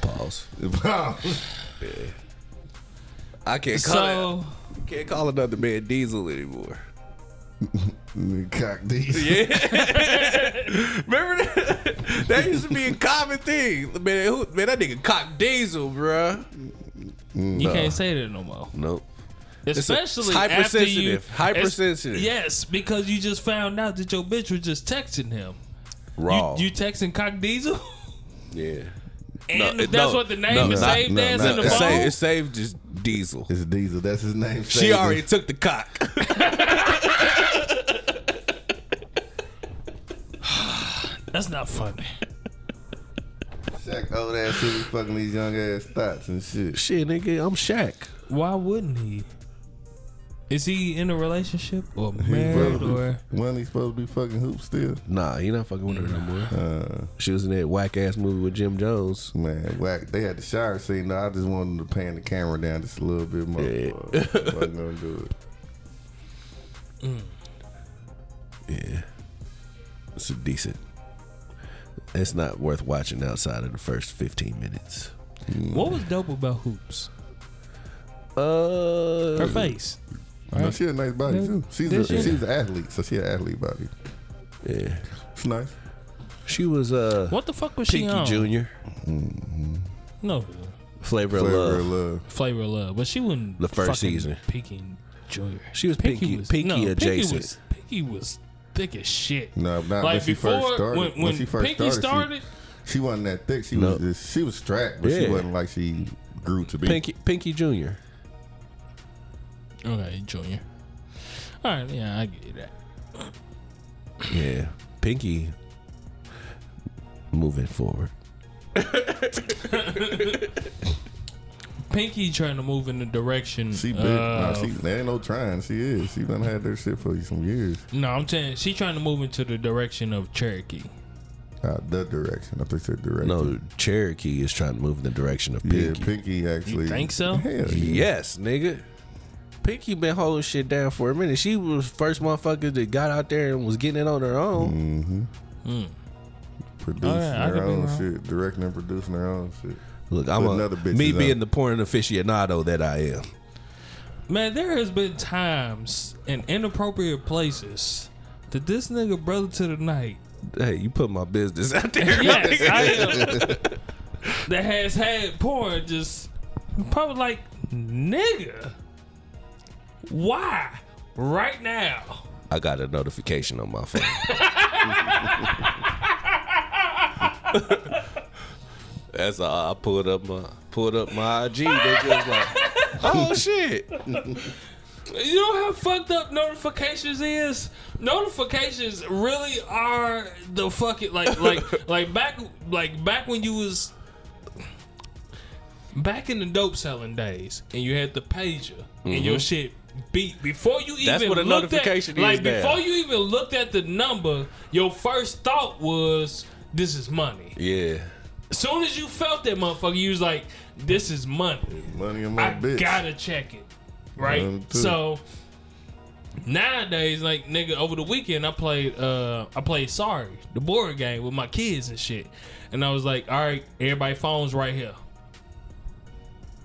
Pause.
[laughs]
I can't call it,
So
can't call another man diesel anymore.
Nigga, Cock these.
Remember [laughs] that? that used to be a common thing. Man, who, man that nigga cock diesel, bruh.
You can't say that no more.
Nope. a- it's
Especially after you,
hypersensitive. Hypersensitive.
it's- Yes, because you just found out that your bitch was just texting him.
Raw.
You, you texting Cock Diesel,
yeah.
[laughs] and
No,
if
it-
that's
no,
what the name
no,
is
no,
saved
no,
as
no,
in the
It
phone.
saved, it saved just Diesel.
[laughs] It's Diesel. That's his name. Say
She
it.
already took the cock.
that's not funny.
Shaq old ass shit. be Fucking these young ass thoughts and shit.
Shit, nigga, I'm Shaq.
Why wouldn't he? Is he in a relationship or married
brother.
or?
When he supposed to be fucking hoop still?
Nah, he not fucking with her no more.
Uh,
She was in that whack ass movie with Jim Jones.
man, whack. They had the shower scene. though. I just wanted to pan the camera down just a little bit more.
Yeah.
I'm gonna do
[laughs]
it.
Yeah, it's a decent. It's not worth watching outside of the first fifteen minutes.
What was dope about Hoops?
Uh,
Her face.
No, she had a nice body
Yeah.
too. She's
Did
a,
she?
she's an athlete, so she had an athlete body.
Yeah,
It's nice.
she was uh
What the fuck was she
Pinky
on?
Junior,
No,
Flavor, of
Flavor
Love.
of love.
Flavor of Love, but she wasn't
The first
fucking
season.
Pinky Junior.
She was Pinky- Pinky adjacent.
Pinky was, Pinky was thick as shit.
No, not when
like
she
before
first started.
when, when,
she first
Pinky started,
she, she wasn't that thick. She
No.
was just, she was strapped, but
Yeah.
she wasn't like she grew to be.
Pinky Pinky Junior.
okay, Junior. All right, yeah, I get that.
Yeah, Pinky. Moving forward.
Pinky trying to move in the direction.
She big.
of-
nah, she, there ain't no trying. She is. She done had their shit for some years.
no, I'm saying she trying to move into the direction of Cherokee.
Uh, the direction. I think said direction.
No, Cherokee is trying to move in the direction of
Yeah,
Pinky.
Pinky, actually.
think so?
Hell yeah.
Yes, nigga. Pinky been holding shit down for a minute. She was first motherfucker that got out there and was getting it on her own.
Producing
Oh, yeah, I
her
could be
own
wrong.
shit. Directing and producing her own shit.
Look, I'm
Putting
a,
other bitches
me
out.
being the porn aficionado that I am.
Man, there has been times in inappropriate places that this nigga brother to the night
Hey, you put my business [laughs] out there.
[laughs] yes, I am. [laughs] that has had porn just probably like nigga. Why right now?
I got a notification on my phone. That's all. I pulled up my pulled up my IG. They just like,
[laughs]
oh shit.
You know how fucked up notifications is. Notifications really are the fucking like
[laughs]
like like back like back when you was back in the dope selling days and you had the pager and your shit beat before you even
Mm-hmm. That's what a
looked
notification
at,
is
like
now.
before you even looked at the number your first thought was this is money
Yeah.
as soon as you felt that motherfucker you was like this is money
Money in my
I
bitch.
gotta check it, right?
Mine too.
so nowadays, like nigga, over the weekend I played, uh I played Sorry, the board game with my kids and shit, and I was like, all right, everybody phones right here,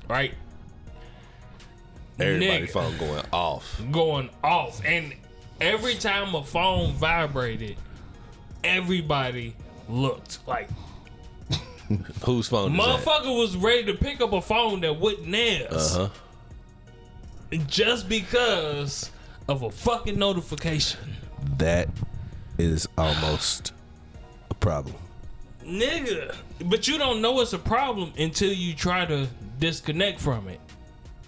right?
Everybody
Nigga.
phone going off.
Going off, and every time a phone vibrated, everybody looked like
Whose phone is that?
motherfucker was ready to pick up a phone that wouldn't theirs.
Uh-huh.
just because of a fucking notification.
That is almost a problem.
Nigga. But you don't know it's a problem until you try to disconnect from it.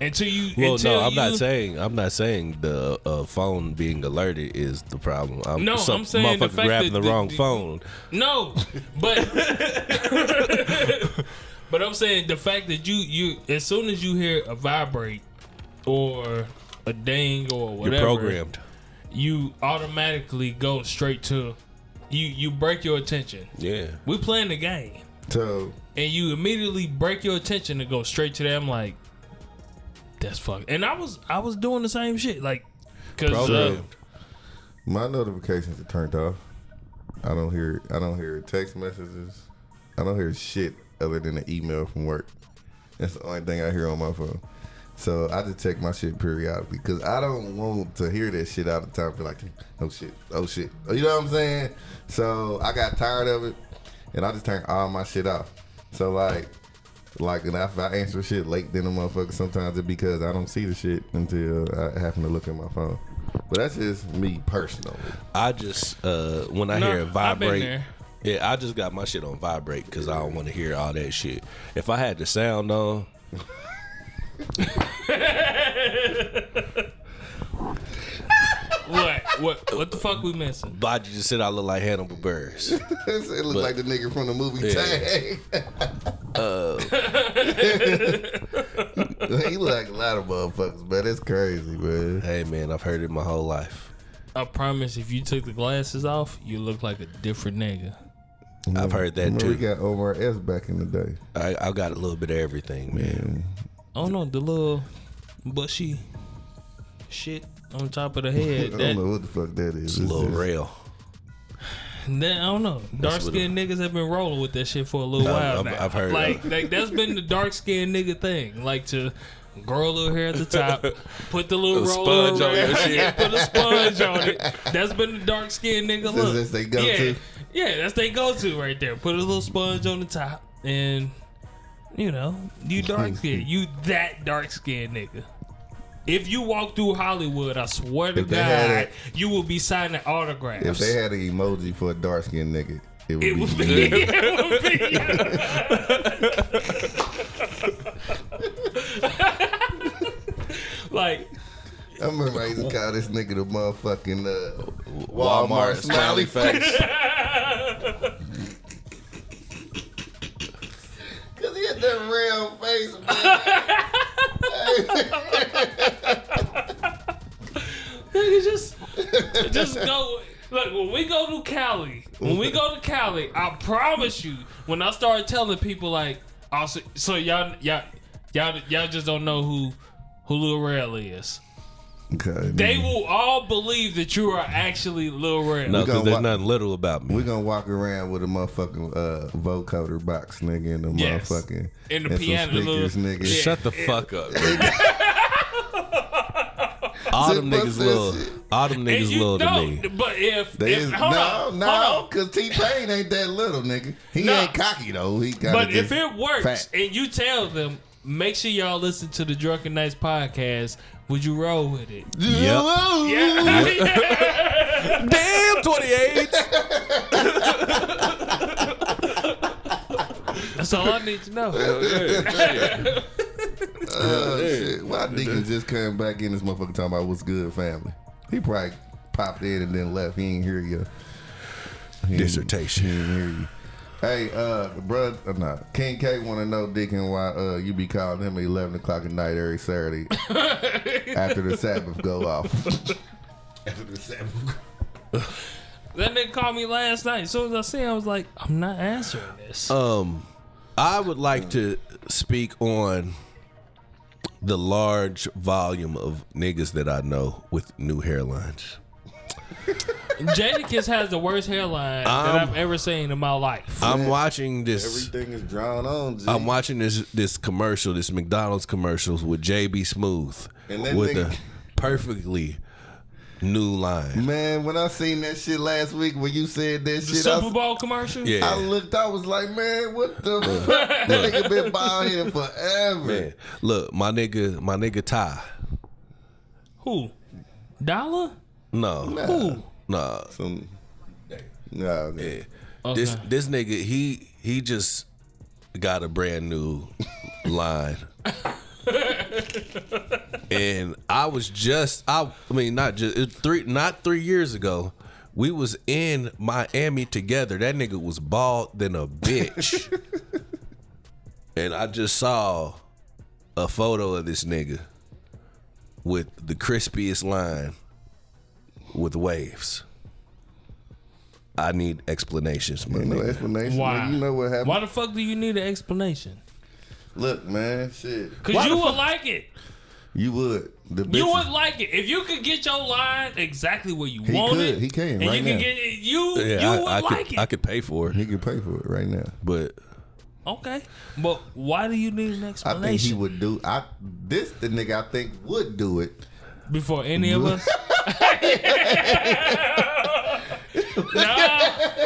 Until you
Well, no,
until
I'm
you,
not saying I'm not saying the uh, phone being alerted is the problem. I'm,
No,
some
I'm saying the
motherfucker
fact
grabbing
that
the
the-
wrong
the-
phone.
No. But [laughs] But I'm saying the fact that you you as soon as you hear a vibrate or a ding or
You're
whatever
programmed.
you automatically go straight to you you break your attention.
Yeah,
We playing the game.
So,
and you immediately break your attention to go straight to them like that's fuck and i was i was doing the same shit like because uh,
Programmed.
my notifications are turned off. I don't hear I don't hear text messages. I don't hear shit other than an email from work. That's the only thing I hear on my phone. So I just check my shit periodically because I don't want to hear that shit all the time. Be like, oh shit, oh shit. You know what I'm saying? So I got tired of it, and I just turned all my shit off. So like, Like, and if I answer shit late, then the motherfucker sometimes it's because I don't see the shit until I happen to look at my phone. But that's just me personally. [laughs]
I just uh when I
No,
hear it
I've been
vibrate.
there.
Yeah, I just got my shit on vibrate because I don't want to hear all that shit. If I had the sound on,
What? What? What the fuck we missing?
Bodge just said I look like Hannibal Burris.
[laughs] it look like the nigga from the movie Tag. [laughs] he look like a lot of motherfuckers, man. That's crazy, man.
hey man, I've heard it my whole life.
I promise, if you took the glasses off, you look like a different nigga.
I've heard that
Remember, we
too.
got Omar S back in the day.
I, I got a little bit of everything, man.
I don't know the little bushy shit on top of the head.
[laughs] I don't know
That,
what the fuck that is.
It's a
It's
little
just-
rail.
that- I don't know. Dark
what
skinned niggas have been rolling with that shit for a little while
I've-
now.
I've heard
like, like that's been the dark skinned nigga thing. Like to grow a little hair at the top, put the little
A
roller
sponge on
around,
your shit.
[laughs] put a sponge on it. That's been the dark skinned
This
nigga look.
is they go
yeah,
to.
yeah, that's they go to right there. Put a little sponge on the top, and you know, you
[laughs]
dark skinned, you that dark skinned nigga. If you walk through Hollywood, I swear to
If they had
God,
it-
you will be signing autographs.
If they had an emoji for a dark skinned nigga, it would
it
be.
would
you.
be, [laughs] it would be [laughs] like
I remember I used to call this nigga the motherfucking uh, Walmart,
Walmart
smiley
smiley face. [laughs]
Cause he had that real face, man.
Nigga, just just go. Look, when we go to Cali, when we go to Cali, I promise you, when I start telling people like, oh, so, so y'all y'all y'all y'all just don't know who who Lil Rel is.
Okay,
They will all believe that you are actually Lil Rel.
No,
We gonna
because there's
wa-
nothing little about me.
We're gonna walk around with a motherfucking uh, vocoder box, nigga, and a
Yes.
motherfucking
And
some
the piano,
speakers,
little-
nigga.
Yeah.
Shut the fuck up.
[laughs]
all them
Sit
niggas
my
little,
pussy.
all them
And
niggas
you
little to
know-
me.
But if,
They
if
is-
hold
no,
on,
no,
hold on.
cause T Pain ain't that little, nigga. He
No.
ain't cocky though. He got.
But if it works
fact.
and you tell them, make sure y'all listen to the Drunken Nights podcast. Would you roll with it?
Yep.
Yeah.
[laughs]
Damn, 28.
[laughs] That's all I need to know.
uh, shit, why Deacon just came back in this motherfucker talking about what's good, family? He probably popped in and then left. He ain't hear you. He ain't-
Dissertation.
He ain't hear you. Hey, uh, bro, uh, nah. King K want to know, Deacon, why uh you be calling him at eleven o'clock at night every [laughs] Saturday after the Sabbath go off. [laughs] after the Sabbath. go-
That nigga called me last night. As soon as I see him, I was like, I'm not answering this.
Um, I would like to speak on the large volume of niggas that I know with new hairlines.
Jadakiss has the worst hairline that I've ever seen in my life.
I'm watching this.
Everything is drawn on. G.
I'm watching this this commercial, this McDonald's commercials with JB Smooth
And that
with
nigga-
a perfectly new line.
Man, when I seen that shit last week, when you said that
the
shit, I,
Super Bowl commercial?
Yeah.
I looked, I was like, man, what the fuck? That nigga been bald headed forever.
Man, look, my nigga, my nigga Ty.
Who? Dollar?
No, no,
Who?
Some, nah, man.
Okay.
This this nigga, he he just got a brand new [laughs] line. and I was just I, I mean not just it, three not 3 years ago. We was in Miami together. That nigga was bald than a bitch. and I just saw a photo of this nigga with the crispiest line with waves. I need explanations, my
Ain't no
nigga.
explanation.
Why?
nigga. You know what happened?
Why the fuck do you need an explanation?
Look, man, shit.
Because you would like it.
You would. The bitches,
You would like it if you could get your line exactly where you
He
want
could.
it.
He can
and
right
you can
now.
get it. You
Yeah,
you
I,
would
I
like
could,
it.
I could pay for it,
He can pay for it right now.
but
Okay, but why do you need an
I
explanation
think he would do. I this the nigga I think would do it.
before any
[laughs]
of us? [laughs] nah,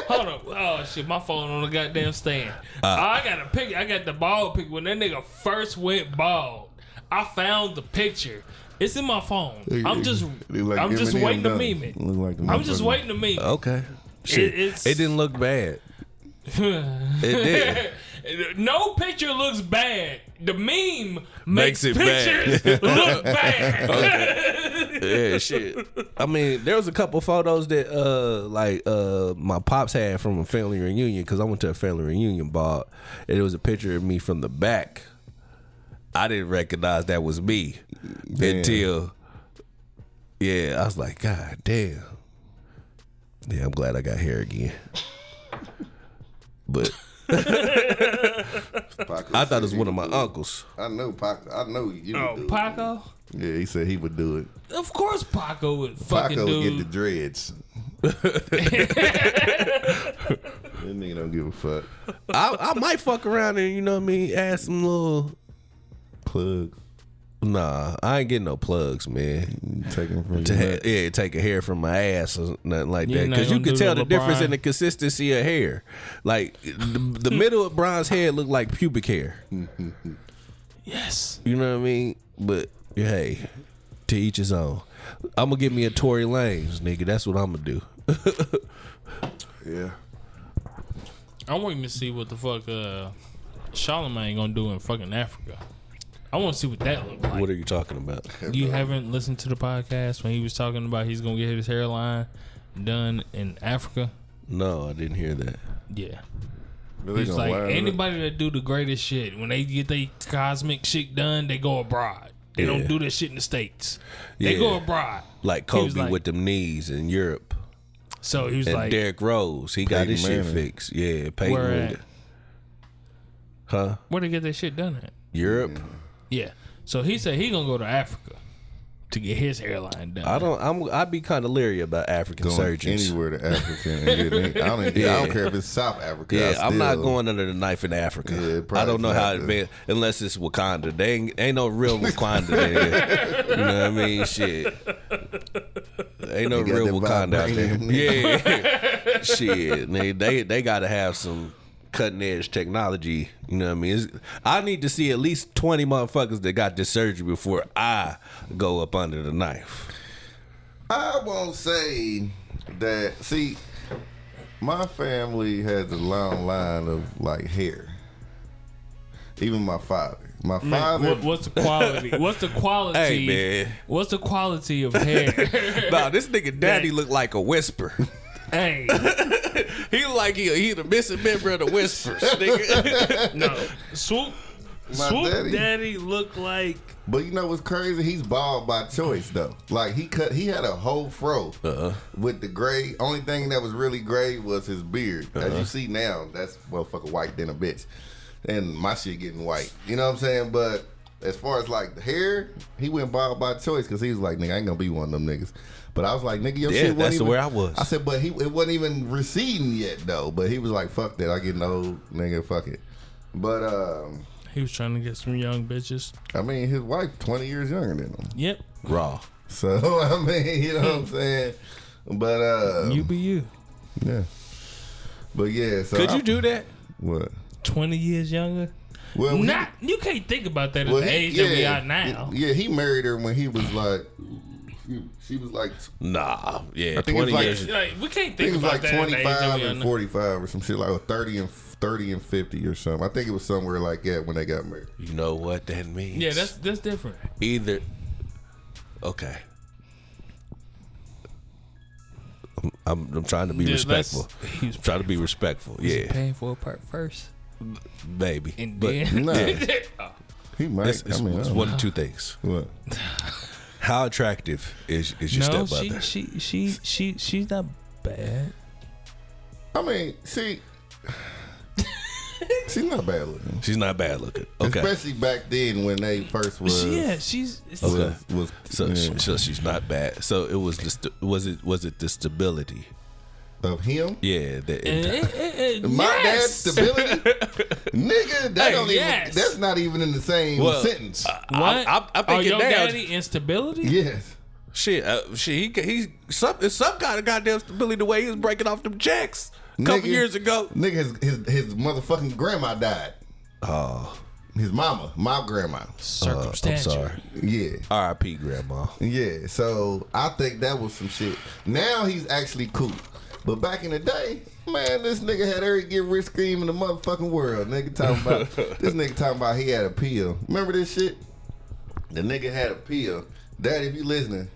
hold up. Oh shit, my phone on the goddamn stand.
Uh.
I got a pic. I got the bald pic when that nigga first went bald. I found the picture. It's in my phone. I'm just,
They like
I'm just
Eminem
waiting to
done.
meme it.
Look like the
I'm just
motherfucker. Uh,
waiting to meme. it.
Okay. Shit.
it's-
It, didn't look
[laughs]
bad. it did.
No picture looks bad. The meme
Makes
makes,
it bad. [laughs]
pictures look bad.
Yeah, shit. I mean, there was a couple photos that uh like uh my pops had from a family reunion because I went to a family reunion ball and it was a picture of me from the back. I didn't recognize that was me until Yeah, I was like, God damn. Yeah, I'm glad I got hair again. But
Pac
I thought it
said
was
he
one of my
would do it.
uncles.
I know Pac. I know you. would
oh,
do it.
Paco.
Yeah, he said he would do it.
Of course, Paco would fucking
Paco would
do.
get the dreads. that nigga don't give a fuck.
I, I might fuck around and you know what I mean, add some little
Plug.
Nah, I ain't getting no plugs, man.
Taken from
to
your
ha- yeah, take a hair from my ass or nothing like
You
that.
not
Because you
gonna
can
do
tell
the
the difference
LeBron.
in the consistency of hair. Like the, the middle of Bron's head looked like pubic hair.
yes.
You know what I mean? But hey, to each his own. I'm gonna give me a Tory Lanez, nigga. That's what I'm gonna do.
Yeah.
I want to see what the fuck uh, Charlemagne gonna do in fucking Africa. I want to see what that look like.
What are you talking about?
you haven't listened to the podcast when he was talking about he's gonna get his hairline done in Africa.
No, I didn't hear that.
Yeah,
But they
he's
gonna
like
wire it up.
anybody that do the greatest shit when they get their cosmic shit done, they go abroad. They don't
Yeah.
do that shit in the states. They
Yeah.
go abroad.
Like
He was
Kobe
like-
with them knees in Europe,
So he was
and
like,
Derrick Rose, he got
Peyton
his shit
Manning.
fixed. Yeah,
Where
Peyton,
at?
huh?
where they get their shit done at?
Europe.
Yeah. So he said he gonna go to Africa to get his hairline done.
I don't. I'm. I'd be kind of leary about African
Going
surgeons.
anywhere to Africa. And getting, I, don't, even- I don't care if it's South Africa.
Yeah,
I
I'm not
still-
going under the knife in Africa.
Yeah, probably
I don't know how
not good.
advanced, unless it's Wakanda. They ain't, ain't no
[laughs]
real Wakanda. there. You know what I mean? Shit, ain't no
They got
real
that
Wakanda out there.
vibranium.
Yeah, [laughs] shit. They they, they got to have some cutting edge technology. You know what I mean? It's, I need to see at least twenty motherfuckers that got this surgery before I go up under the knife.
I won't say that. See, my family has a long line of like hair. Even my father. My
Man,
father.
what, what's
[laughs]
the quality? What's the quality?
Hey, man.
What's the quality
[laughs]
of hair?
nah, this nigga daddy look like a whisper. [laughs]
hey,
He like he he the missing member of the Whispers, nigga.
no. Swoop,
My
swoop, daddy.
daddy.
look like
But you know what's crazy? He's bald by choice though. Like he cut, he had a whole fro
Uh-uh.
with the gray. Only thing that was really gray was his beard. As
Uh-huh.
you see now, that's motherfucker white than a bitch, and my shit getting white. You know what I'm saying? But as far as like the hair, he went bald by choice because he was like, nigga, I ain't gonna be one of them niggas. But I was like, nigga, your
Yeah,
shit wasn't
that's
even,
where I was.
I said, but he it wasn't even receding yet though. But he was like, fuck that, I getting old, nigga, fuck it. But um,
he was trying to get some young bitches.
I mean, his wife 20 years younger than him.
Yep,
Raw.
So [laughs] I mean, you know what
Hmm.
I'm saying. But
Oh.
uh,
you be you.
yeah. But yeah, so
Could
I-
you do that?
what?
Twenty years younger.
Well, he-
Not you can't think about that at
well,
the
he-
age that we are now.
Yeah, he married her when he was like, she, she was like,
Nah. Yeah.
think
Twenty
it's like-
years.
Like, we can't
I
think
think it was
about
like
that at
25
the age that we are
and
now.
45 or some shit like or 30 and 30 and 50 or something. I think it was somewhere like that when they got married.
You know what that means?
Yeah, that's that's different.
either. Okay. I'm, I'm, I'm trying to be
Yeah, that's-
respectful.
[laughs]
I'm trying to be respectful. Yeah,
Paying for a part first,
baby.
and
but
then
Nah,
Oh,
he might.
it's, it's,
I mean, I
it's
don't
one
know.
of two things.
What?
How attractive is is your
no, she,
stepmother?
she she she she's not bad.
I mean,
[laughs]
see, she's not bad looking.
She's not bad looking. Okay.
Especially back then when they first was.
She, yeah, she's. it's-
Okay.
was, was
So,
yeah,
she, so she's not bad. So it was the st- was it was it the stability?
of him.
Yeah, the
Eh, eh, eh, eh,
My
yes!
dad's stability, nigga. That
Hey,
don't
yes.
even, that's not even in the same
Well,
sentence.
What?
I, I, I'm
oh,
thinking
your
now.
daddy instability?
yes,
uh, Shit, uh, shit. He, he some it's some kind of goddamn stability the way he was breaking off them checks. A couple
Nigga.
years ago.
Nigga, his, his his motherfucking grandma died.
Oh,
His mama, my grandma.
Uh,
I'm
Circumstantial.
sorry.
Yeah.
R.I.P. Grandma.
Yeah, so I think that was some shit. Now he's actually cool. But back in the day, man, this nigga had every get rich scheme in the motherfucking world. Nigga talking about this nigga talking about he had a pill. Remember this shit? The nigga had a pill. Daddy, if you listening,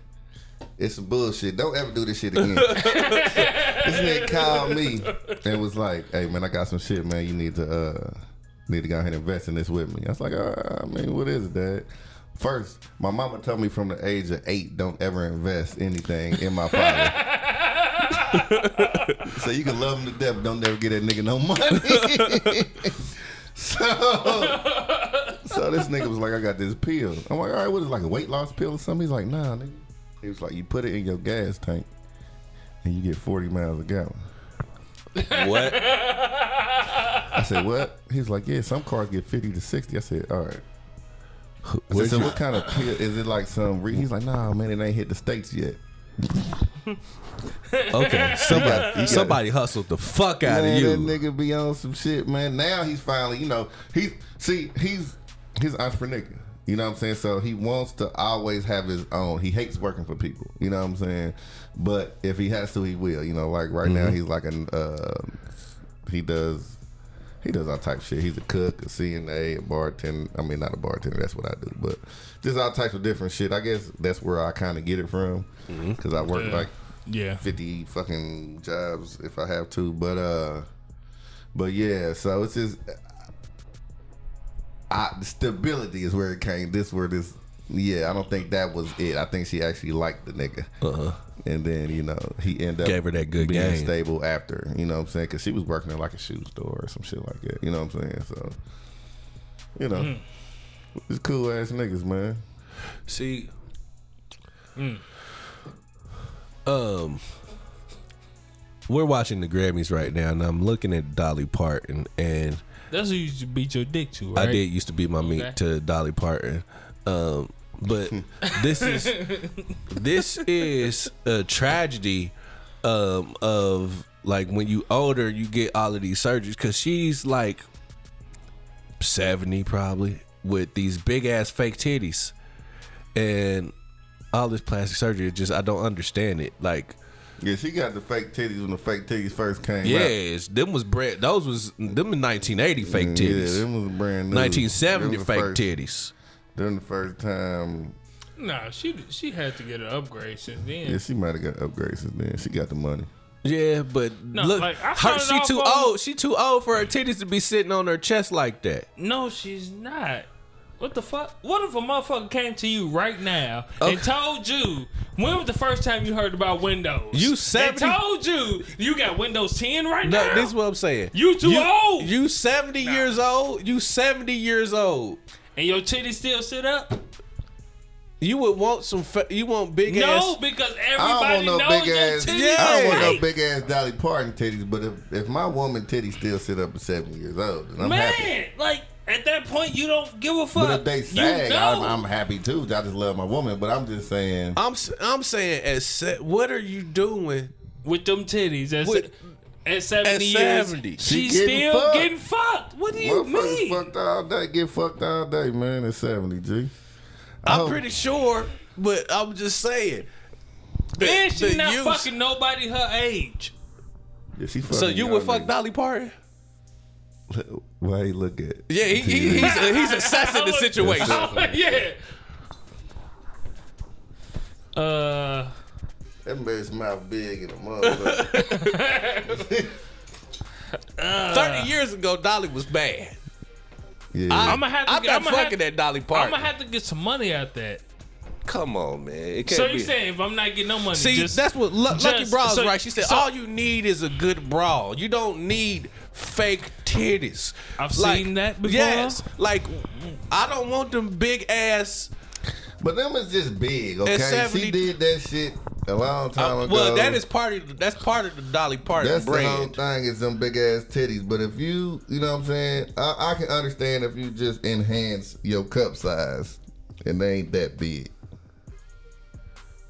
it's some bullshit. Don't ever do this shit again. this nigga called me and was like, "Hey man, I got some shit, man. You need to uh need to go ahead and invest in this with me." I was like, uh, "I mean, what is it, Dad?" First, my mama told me from the age of eight, don't ever invest anything in my father. [laughs] so you can love him to death, but don't never get that nigga no money. [laughs] so so this nigga was like, I got this pill. I'm like, all right, what is it, like a weight loss pill or something? He's like, nah, nigga. He was like, you put it in your gas tank and you get 40 miles a gallon.
What?
I said, what? He's like, yeah, some cars get 50 to 60. I said, all right. I said,
Where'd
so
you-
what kind of pill? Is it like some? Re-? He's like, nah, man, it ain't hit the states yet.
[laughs] Okay,
got- you
somebody,
got-
somebody hustled the fuck out
man,
of you.
That nigga be on some shit, man. Now he's finally, you know, he's see, he's he's an entrepreneur. You know what I'm saying? So he wants to always have his own. He hates working for people. You know what I'm saying? But if he has to, he will. You know, like right now he's like an uh, he does he does all type of shit. He's a cook, a CNA, a bartender. I mean, not a bartender. That's what I do, but just all types of different shit. I guess that's where I kind of get it from because I work
Yeah.
like
Yeah.
50 fucking jobs if I have to. But uh but yeah, so it's just I stability is where it came. This where this yeah, I don't think that was it. I think she actually liked the nigga.
Uh-huh.
And then, you know, he ended up
Gave her that good
being
game.
stable after, you know what I'm saying? Cuz she was working at like a shoe store or some shit like that. You know what I'm saying? So you know, it's cool ass niggas, man.
See, um, we're watching the Grammys right now, and I'm looking at Dolly Parton, and
That's who you used to beat your dick to, right?
I did used to be my meat
Okay.
to Dolly Parton, um, but this
[laughs]
is this is a tragedy um, of like when you older, you get all of these surgeries because she's like seventy probably with these big ass fake titties and all this plastic surgery. It just I don't understand it. Like
Yeah, she got the fake titties when the fake titties first came
yeah,
out.
it's them was bread. Those was them in nineteen eighty fake
Yeah,
titties.
them was brand new.
1970
Them the
fake
first,
titties.
Them the first time.
Nah, she she had to get an upgrade since then.
Yeah, she might have got upgrades since then. She got the money.
Yeah, but
No,
look,
like, I
her,
started
she
off
too
on-
old. She too old for her titties to be sitting on her chest like that.
No, she's not. What the fuck? What if a motherfucker came to you right now and told you when was the first time you heard about Windows?
You
said
70
told you you got Windows 10 right
No,
now.
this is what I'm saying.
You too old.
You 70 years old. You 70 years old.
and your titties still sit up?
You would want some. Fa- you want big
No,
ass.
because
I don't want
everybody
no
knows
big
your
ass.
titties.
I don't
Yeah.
are
want no
fake.
big ass Dolly Parton titties. But if, if my woman titties still sit up at seven years old, then I'm
Man,
happy.
like at that point you don't give a fuck.
But if they
you
sag,
know.
I'm, I'm happy too. I just love my woman. But I'm just saying,
I'm s- I'm saying at se- what are you doing?
with them titties at,
With-
at 70
at
years.
70.
She's
She getting
still
fucked.
getting fucked. What do you
motherfuckers
mean?
fucked all day, get fucked all day, man. At seventy, G.
I'm
Oh.
pretty sure, but I'm just saying. the-
And she's
the
not
use-
fucking nobody her age.
Yeah, she
So
fucking
you
y'all
would fuck
niggas.
Dolly Parton?
Why he look at?
Yeah, he, he, he's uh,
[laughs]
he's assessing the
[laughs]
situation.
Oh,
yeah. Uh,
that man's mouth big and a
[laughs]
motherfucker.
30 years ago, Dolly was bad.
Yeah.
I'ma have to
I'm
get-
not
I'ma have-
fucking that Dolly
I'm
Parton.
gonna have to get some money out that.
Come on, man. It can't
So
be.
you saying if I'm not getting no money,
See,
just
that's what Lu- Lucky
just-
Braw's
so-
right. She said,
so-
all you need is a good brawl. You don't need fake titties.
I've seen that before.
Yes. Like, I don't want them big ass.
But them is just big, okay?
70
she did that shit a long time ago.
Uh, well, that is part of that's part of the Dolly Parton
that's the whole
brand.
thing is them big ass titties. But if you, you know what I'm saying, I, I can understand if you just enhance your cup size, and they ain't that big.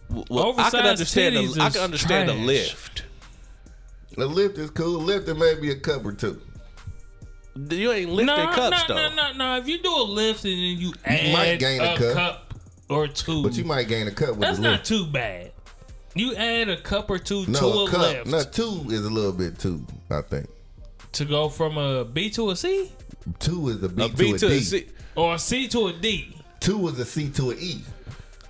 W- Well, I
Oversized
can understand.
titties
A, I
is
can understand a
trash.
lift.
The lift is cool. Lift and maybe a cup or two.
You ain't lifting
No,
cups
no,
though.
no, no, no. If you do a lift and then you, add
might gain a
a,
cup.
cup. or two,
But you
Mm.
might gain a cup with
that's
the
not
lift.
too bad. You add a cup or two to
no,
a,
a cup.
lift
No, two is a little bit too, I think.
to go from a B to a C
Two is a B,
A
to
B
a
to a
D.
C.
or a C to a D.
Two is a C to an E.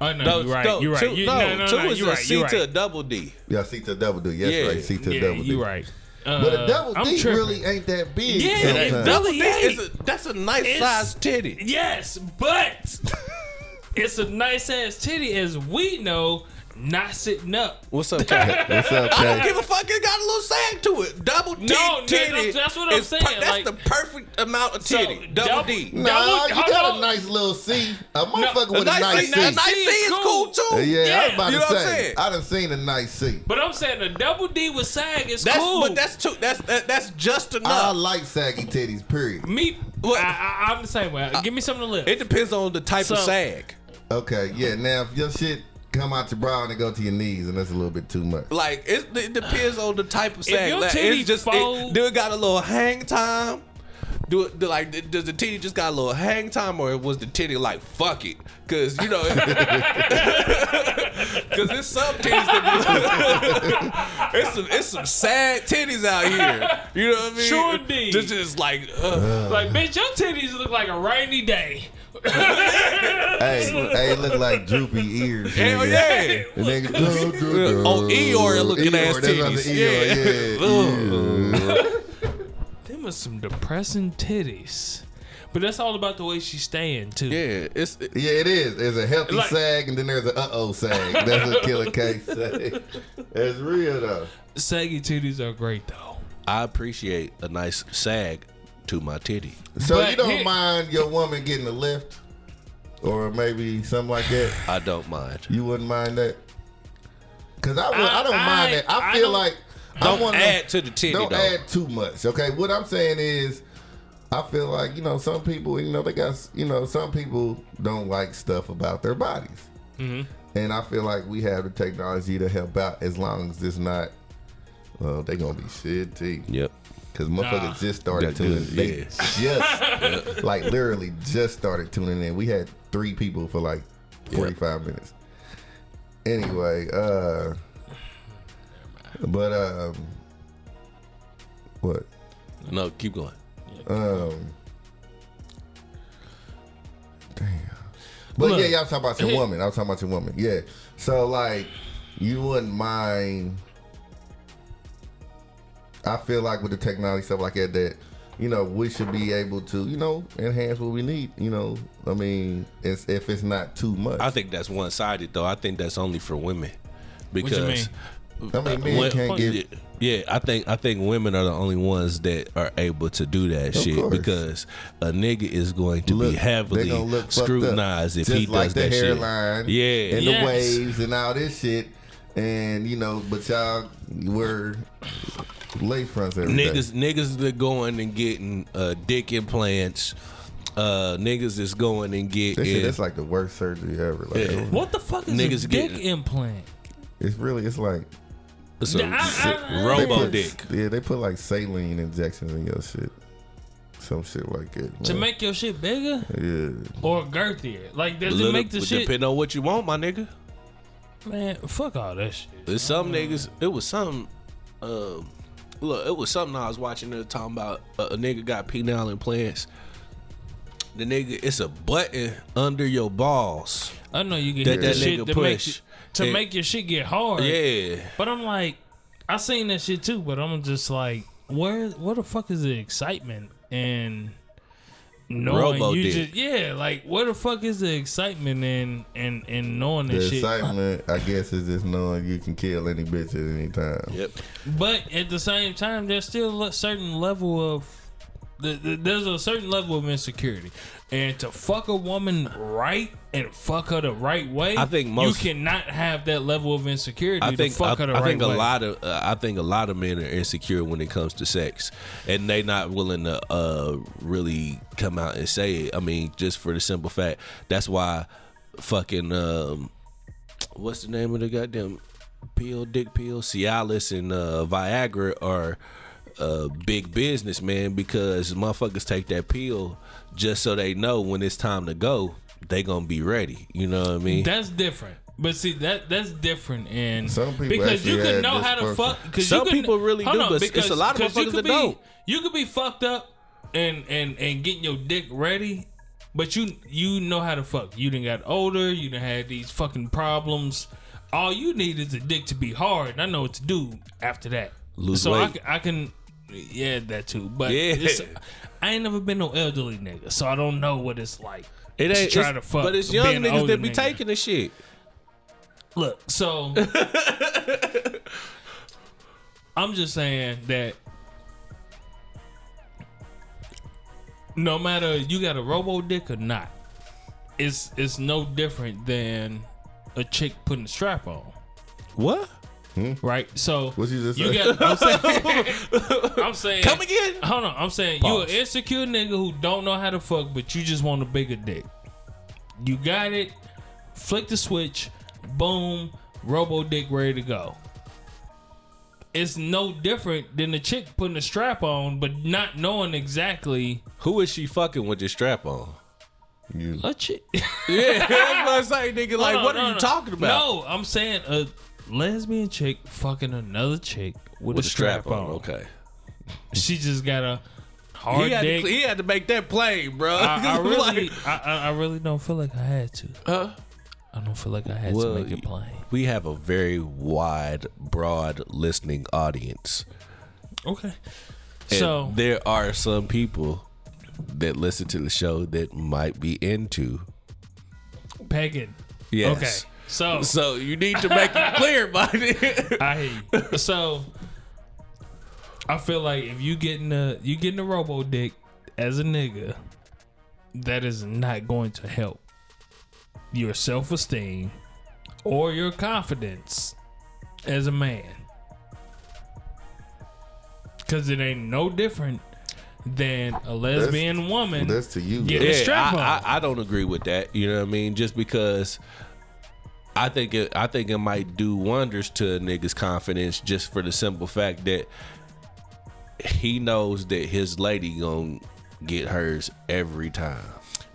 Oh no,
No,
you're right.
no,
you're right.
Two,
you,
no,
no, no,
two
no,
is
you're
a
right,
C
you're
to a
right.
double D.
Yeah, C to a double D. Yes,
Yeah.
right. C to a
Yeah,
double D.
you're right.
But
Uh,
a double
I'm
D
tripping.
really ain't that big.
Yeah, it
sometimes.
double-
D is a, that's a nice
It's-
size titty.
Yes, but it's a nice ass titty, as we know. Not sitting up.
What's up,
[laughs]
Cat?
What's up,
I don't
Kat?
give a fuck. It got a little sag to it. Double D
No, no,
titty.
that's- that's what I'm
is
saying,
that's
like-
the perfect amount of
So,
titty. double,
double-
D.
No,
Nah,
Double-
you
hold
got a
on.
nice little C. A motherfucker
A
with a nice
nice,
C.
a nice C is cool,
Yeah,
too.
I was
Yeah,
about
you
to
know what I'm
say.
saying?
I done seen a nice C.
But I'm saying a double D with sag is
That's,
cool.
But that's too. That's that, that's just
I
enough.
like saggy titties, period.
me.
Look.
I, I, I'm the same way. Give me something to lift.
it depends on the type of
So-
sag.
Okay, yeah. Now, if your shit come out your bra and it go to your knees, and that's a little bit too much.
Like it, it depends on the type of sag.
your
Like,
titty
it's just
fold-
it, do it got a little hang time? Do it do, like does the titty just got a little hang time, or was the titty like fuck it? Cause you know, [laughs] cause it's some titties that be, [laughs] it's some it's some sad titties out here. You know what I mean?
Sure be.
Just just like uh,
like, bitch, your titties look like a rainy day.
Hey, hey, it look like droopy ears.
hell
nigga.
yeah.
And they go, doo,
[laughs]
doo,
Oh,
doo.
Eeyore looking ass
that's what I'm
titties.
saying, Eeyore, yeah. Eeyore.
Them are some depressing titties. But that's all about the way she's staying too. [laughs]
Yeah, it's it,
Yeah, it is. There's a healthy
Like-
sag, and then there's an uh oh sag. That's what Killer K
[laughs]
say. That's real though.
Saggy titties are great though.
I appreciate a nice sag to my titty.
So
But
you don't
here-
mind your woman getting a lift, or maybe something like that.
I don't mind.
You wouldn't mind that? Cause I, would, I,
I-
don't mind
I-
that. I
I
feel
don't-
like I
Don't
want
add to the titty
Don't
though.
add too much. Okay, what I'm saying is, I feel like you know some people, you know they got you know some people don't like stuff about their bodies,
Mm-hmm.
and I feel like we have the technology to help out as long as it's not. Well, they gonna be shitty.
Yep.
Cause motherfuckers just started
That
tuning.
good,
They just like literally just started tuning in. We had three people for like forty five minutes. Anyway, uh, but um, what?
No, keep going.
Um, damn. But
Look.
yeah, y'all talking about your woman. I was talking about your woman. Yeah. So like, you wouldn't mind. I feel like with the technology stuff like that, that you know we should be able to you know enhance what we need. You know, I mean, it's, if it's not too much.
I think that's one sided though. I think that's only for women.
you
Because
I mean, men
when-
can't get-
yeah, I think I think women are the only ones that are able to do that shit
course.
because a nigga is going to
Look,
be
they
heavily
gonna look fucked up.
scrutinized if
Just
he does
like the
that
hairline
shit. Yeah,
and
Yes.
the waves and all this shit. And you know, but y'all were lace fronts every day.
niggas niggas that going and getting uh, dick implants. Uh, niggas is going and
That shit,
getting
that's like the worst surgery ever. Like,
Yeah.
What the fuck is
Niggas
a dick
getting-
implant?
It's really, it's like
some
I- I- I-
robo
put,
dick.
Yeah, they put like saline injections in your shit, some shit like that.
To
man.
make your shit bigger
yeah,
or girthier? Like does
Little-
it make the shit
Depending on what you want, my nigga.
man, fuck all that shit.
There's some niggas. It was some. Um, look, it was something I was watching. They were talking about a, a nigga got penile implants. The nigga, it's a button under your balls.
I know you can
That-
hit
that
the shit
nigga
to make
push.
you- to
It-
make your shit get hard.
Yeah,
But I'm like, I seen that shit too. But I'm just like, where, where the fuck is the excitement and knowing
Robo
you
dick.
just yeah, like where the fuck is the excitement and and and knowing
the
that shit.
excitement, I guess, is just knowing you can kill any bitch at any time.
yep.
But at the same time, there's still a certain level of the, the, there's a certain level of insecurity, and to fuck a woman right and fuck her the right way,
I think most-
you cannot have that level of insecurity.
I think
to fuck
I,
her the
I
right
think
way.
a lot of uh, I think a lot of men are insecure when it comes to sex, and they not willing to uh, really come out and say it. I mean, just for the simple fact that's why fucking um, what's the name of the goddamn pill, dick pill, Cialis, and uh, Viagra are uh, big business, man, because motherfuckers take that pill just so they know when it's time to go, they gonna be ready. You know what I mean?
That's different. But see that that's different, and
Some people
because
actually
you could
had
know how to
dysfunction.
fuck. 'cause you
Some
could-
people really
hold
do,
on,
but it's
because-
a lot of
'cause you
motherfuckers
could
that
be-
don't.
You could be fucked up and and and getting your dick ready, but you you know how to fuck. You didn't got older. You didn't had these fucking problems. All you need is a dick to be hard, and I know what to do after that.
Lose
so I
weight.
can, I can, yeah, that too. But
Yeah.
it's- I ain't never been no elderly nigga, so I don't know what it's like.
It
to
ain't,
try
it's-
to fuck,
but it's
being
young
an
niggas
older
that be
nigga.
taking the shit.
Look, so I'm just saying that no matter you got a robo dick or not, it's it's no different than a chick putting a strap on,
What?
right? So
What you just
you
said?
got. I'm saying. I'm saying.
Come again?
Hold on. I'm saying you an insecure nigga who don't know how to fuck, but you just want a bigger dick. You got it. Flick the switch. Boom. Robo dick ready to go. It's no different than the chick putting a strap on, but not knowing exactly
Who is she fucking with this strap on?
You-
a chick.
Yeah, [laughs] that's what I'm saying, nigga. Like,
Hold on,
what
no,
are you
no.
talking about?
No, I'm saying a lesbian chick fucking another chick with,
with
a
the
strap, on.
Okay.
She just got a
He
hard
had, to,
dick.
he had to make that play, bro.
I, I
[laughs]
really,
Like,
I, I I really don't feel like I had to.
huh?
I don't feel like I had
Well,
to make it
y-
plain.
We have a very wide, broad listening audience.
Okay.
And
So
there are some people that listen to the show that might be into.
pagan.
Yes.
Okay. So
So you need to make it clear, [laughs] buddy.
I hear you. So I feel like if you getting a you getting a robo dick as a nigga, that is not going to help your self esteem or your confidence as a man. Cause it ain't no different than a lesbian woman.
That's to you.
Get
though.
it.
Yeah,
strap
I,
on.
I, I don't agree with that. You know what I mean? Just because I think it, I think it might do wonders to a nigga's confidence, just for the simple fact that he knows that his lady gonna get hers every time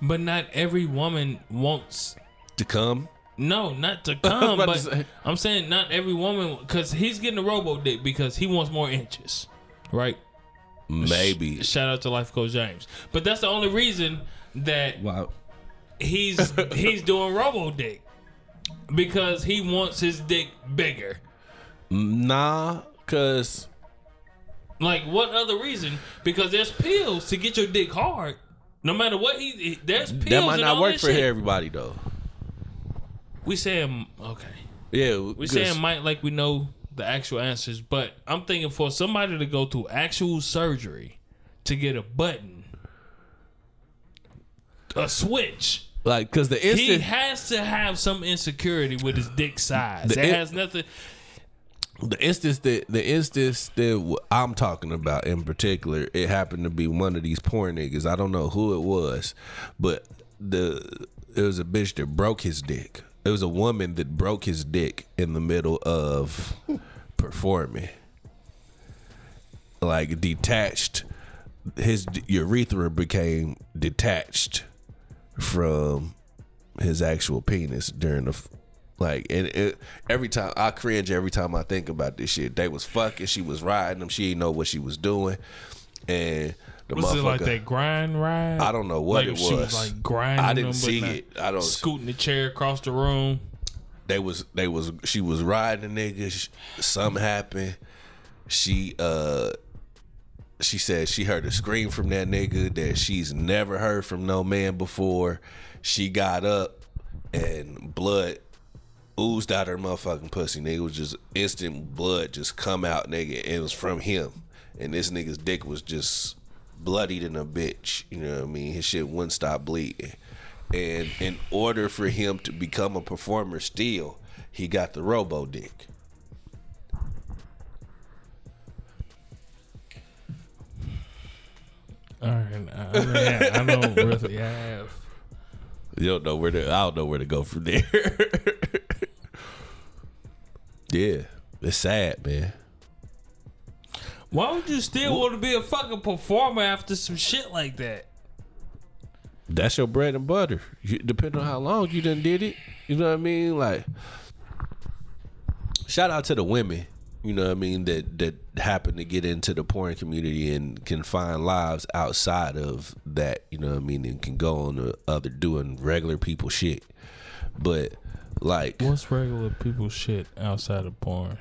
But not every woman wants.
to come.
No, not to
[laughs] I was
come.
about
but
to say.
I'm saying not every woman because he's getting a robo dick because he wants more inches, right?
Maybe.
Shout out to Life Coach James. But that's the only reason that
Wow.
he's
[laughs]
he's doing robo dick because he wants his dick bigger.
Nah, cause
Like what other reason? Because there's pills to get your dick hard. No matter what he, he- there's pills.
that might
and
not
all
work
that
for
shit.
everybody though.
We saying okay.
Yeah,
We saying might like we know the actual answers, but I'm thinking for somebody to go through actual surgery to get a button, a switch.
like cause the
He
instant
has to have some insecurity with his dick size. It
The in-
has nothing.
the instance that the instance that w- I'm talking about in particular, it happened to be one of these poor niggas. I don't know who it was, but the it was a bitch that broke his dick. It was a woman that broke his dick in the middle of performing, like detached. His d- urethra became detached from his actual penis during the f- like and it, every time I cringe every time I think about this shit. They was fucking, she was riding him, she didn't know what she was doing, and the
Was
motherfucker.
it like that grind ride?
I don't know what
Like,
it was.
She was like grinding.
I
him,
didn't
but
see
not-
it. I don't.
Scooting the chair across the room.
They was they was she was riding the nigga. sh- Something happened. She uh. She said she heard a scream from that nigga that she's never heard from no man before. She got up and blood oozed out her motherfucking pussy. Nigga it was just instant blood just come out, nigga. And it was from him. And this nigga's dick was just bloodied in a bitch. You know what I mean? His shit wouldn't stop bleeding. And in order for him to become a performer still, he got the robo dick.
All right, I, I, mean, yeah, I don't really have.
You don't know where to I don't know where to go from there. [laughs] Yeah, it's sad, man.
Why would you still want to be a fucking performer after some shit like that?
That's your bread and butter. You, depending on how long you done did it, you know what I mean. Like, shout out to the women. You know what I mean that that happen to get into the porn community and can find lives outside of that. You know what I mean and can go on to other doing regular people shit. But like
What's regular people shit outside of porn?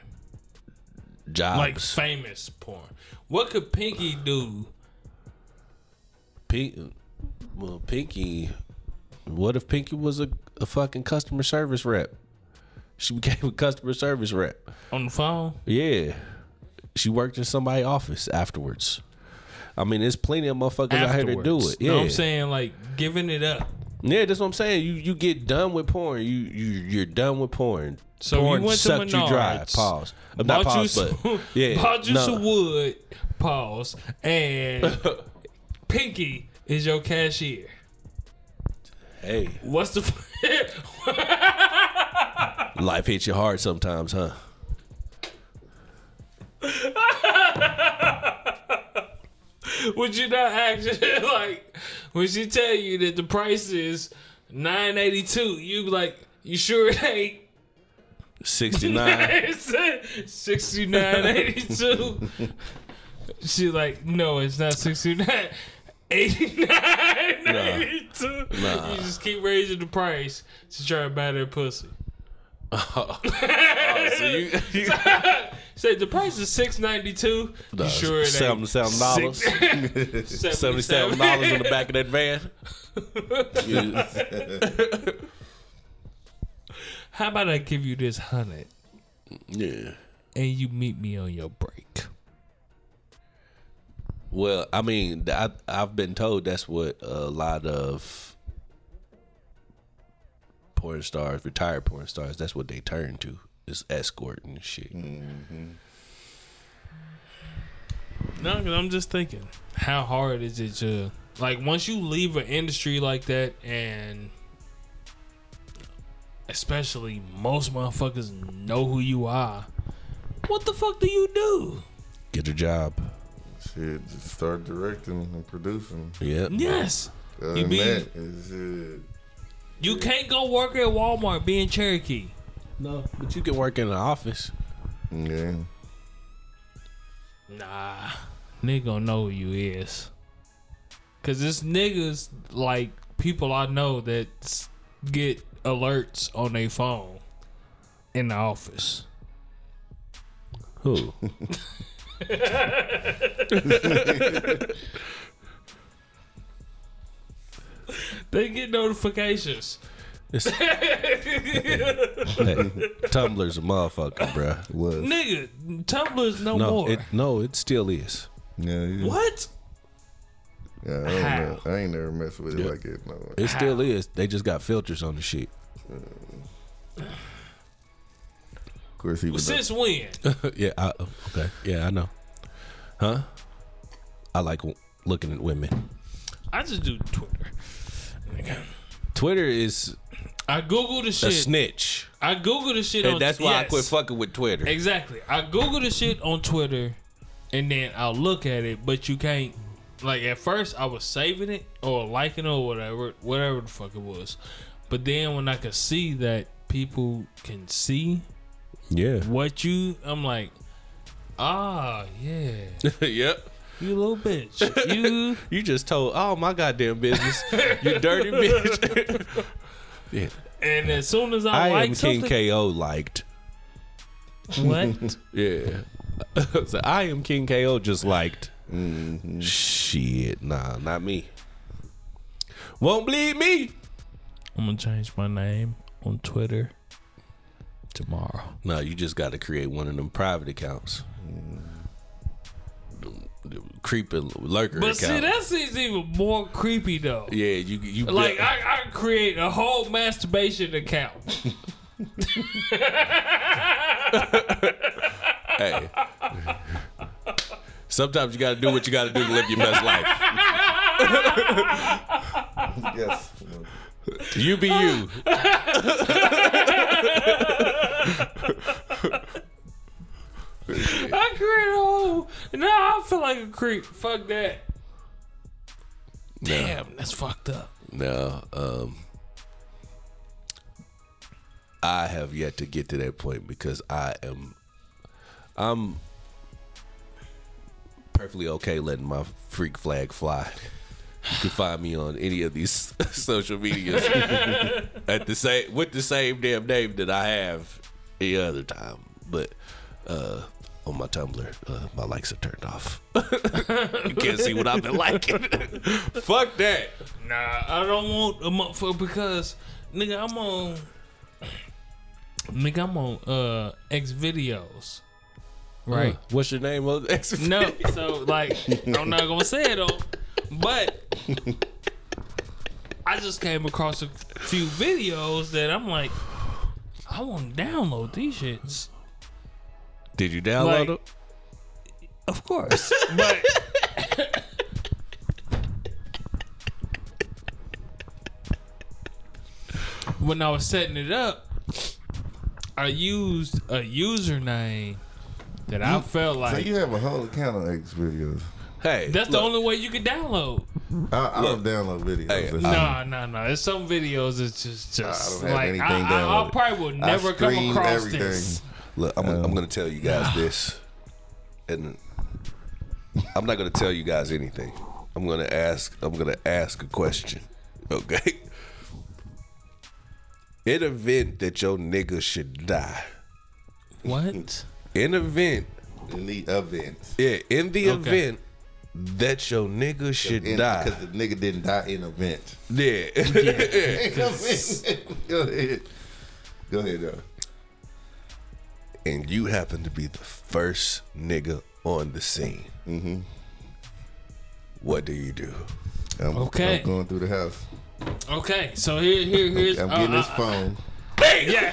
jobs,
Like famous porn. What could Pinky do?
Pink, well, Pinky. What if Pinky was a, a fucking customer service rep? She became a customer service rep.
On the phone?
Yeah, she worked in somebody's office afterwards. I mean, there's plenty of motherfuckers out here to do
Afterwards.
it.
You
Yeah,
know what I'm saying? Like giving it up.
yeah, that's what I'm saying. You you get done with porn. You you you're done with porn.
So you
porn
went to
sucked you dry.
Menards,
Pause. Uh,
Bought
Not pause,
you
but
some, [laughs]
yeah,
bought you
no.
some wood, pause,
[laughs]
and Pinky is your cashier.
Hey,
What's the [laughs]
life hits you hard sometimes, huh?
Would you not actually [laughs] like when she tell you that the price is nine eighty two? You be like, you sure [laughs] it ain't
Sixty
[laughs]
nine.
sixty nine eighty two? She like, no, it's not sixty nine. 89 82. You just keep raising the price to try to buy their pussy.
so you, you
Say the price is six ninety two. You sure it
seven
ain't
seven dollars. Seventy-seven dollars in the back of that van. You-
[laughs] How about I give you this hundred
yeah.
and you meet me on your break?
Well, I mean, th- I, I've been told that's what a lot of porn stars, retired porn stars, that's what they turn to is escort and shit.
No, because I'm just thinking, how hard is it to like once you leave an industry like that, and especially most motherfuckers know who you are. What the fuck do you do?
Get a job.
Shit, just start directing and producing.
Yep.
Yes,
Other
You
than
be-
that, it's, uh,
you can't go work at Walmart being Cherokee.
No, but you can work in an office.
yeah.
Nah, nigga gonna know who you is. Cause it's niggas like people I know that s- get alerts on their phone in the office.
Who?
They get notifications.
Hey, Tumblr's a motherfucker, bro.
Was.
Nigga, Tumblr's no,
No,
more.
it no, it still is.
Yeah, yeah.
what?
Yeah, I don't know. I ain't never messed with it like that. No.
It still is. They just got filters on the shit.
Of course, he was.
Since when?
[laughs] [laughs] yeah. I, okay. Yeah, I know. Huh? I like w- looking at women.
I just do Twitter. Nigga.
Twitter is
I Google the
a
shit.
snitch.
I Google the shit on
And that's why I
Yes.
quit fucking with Twitter.
Exactly. I Google the shit on Twitter and then I'll look at it, but you can't like at first I was saving it or liking it or whatever whatever the fuck it was. But then when I could see that people can see
Yeah.
what you I'm like, ah yeah.
[laughs] yep.
You
[laughs]
little bitch. You
You just told all my goddamn business.
[laughs]
you dirty bitch. yeah.
and as soon as I,
I,
like
am
something,
King KO liked. [laughs]
what?
Yeah. so I am King KO just liked. Mm-hmm. Shit. Nah, not me. Won't believe me.
I'm gonna change my name on Twitter tomorrow.
No, you just got to create one of them private accounts.
Mm.
Creepy lurker account.
But see, that seems even more creepy though.
yeah, you you
Like I, I create a whole masturbation
[laughs]
account.
hey. Sometimes you got to do what you got to do to live your best life.
[laughs]
Yes.
You be you.
no, no, I feel like a creep. Fuck that. Damn, that's fucked up.
No, um, I have yet to get to that point because I am, I'm perfectly okay letting my freak flag fly. You can find me on any of these [laughs] social medias at the same with the same damn name that I have the other time, but uh, on my Tumblr, uh, my likes are turned off. [laughs] you can't see what I've been liking. [laughs] Fuck that.
Nah, I don't want a motherfucker because nigga, I'm on nigga, I'm on uh X videos. Right.
What's your name? Of
No, so like I'm not gonna say it all, but I just came across a few videos that I'm like, I want to download these shits.
Did you download
Like,
them?
of course, but when I was setting it up, I used a username that I felt
So
like
you have a whole account on X videos.
Hey,
that's the
look,
only way you could download.
I, I don't download videos.
Hey,
That's-
No, no, no. There's some videos that's just,
Um, I
just
don't have
like
anything
I, I, I
downloaded.
probably will
I
never come
stream
across this.
look, I'm, I'm going to tell you guys this, and I'm not going to tell you guys anything. I'm going to ask. I'm going to ask a question. [laughs] Okay. In event that your nigga should die,
What?
in event,
In the events.
yeah, in the
Okay.
event that your nigga should
Because
die,
the nigga didn't die in event.
yeah, [laughs]
Go ahead. Go ahead, though.
and you happen to be the first nigga on the scene, what do you do?
I'm,
Okay.
I'm going through the house.
Okay, so here, here, here's.
I'm
uh,
getting
uh,
this phone. [laughs]
Yes.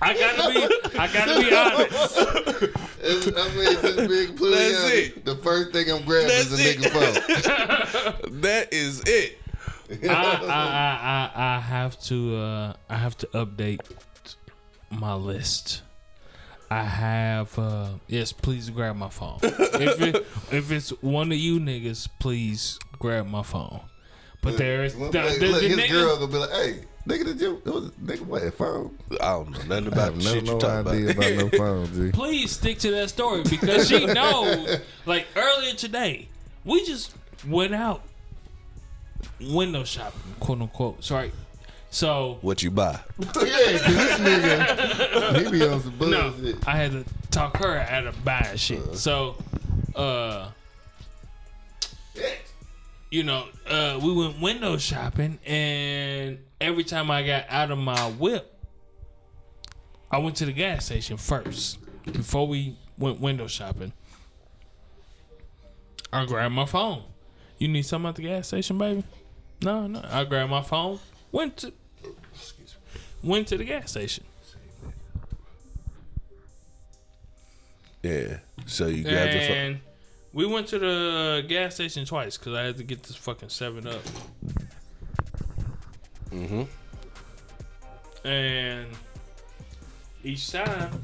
I gotta be. I gotta be honest.
It's, I mean, it's just being completely
That's
honest.
it.
The first thing I'm grabbing
That's
is a
it.
nigga
[laughs]
phone.
That is it.
I, I, I, I, I have to. Uh, I have to update my list. I have. Uh, yes, please grab my phone. if
[laughs]
it, if it's one of you niggas, please grab my phone. But there is the,
Look,
the,
look,
the
his
nigga-
girl gonna be like, "Hey, nigga, did you? It was nigga what? A phone?
I don't know nothing
I
about
have
the
no,
shit
no
you talking
idea
about.
about no phone, G.
please stick to that story
[laughs]
because she knows. like earlier today, we just went out window shopping, quote unquote. Sorry. So
[laughs] what you buy?
yeah, 'cause this nigga, he be on some
no,
bullshit.
I had to talk her out of buying shit. So, uh, you know, uh, we went window shopping, and every time I got out of my whip, I went to the gas station first before we went window shopping. I grabbed my phone. You need something at the gas station, baby? No, no. I grabbed my phone. Went to went to the gas station.
Yeah. So you grab your phone.
And we went to the gas station twice because I had to get this fucking seven up. Mm-hmm.
Mm-hmm.
And each time,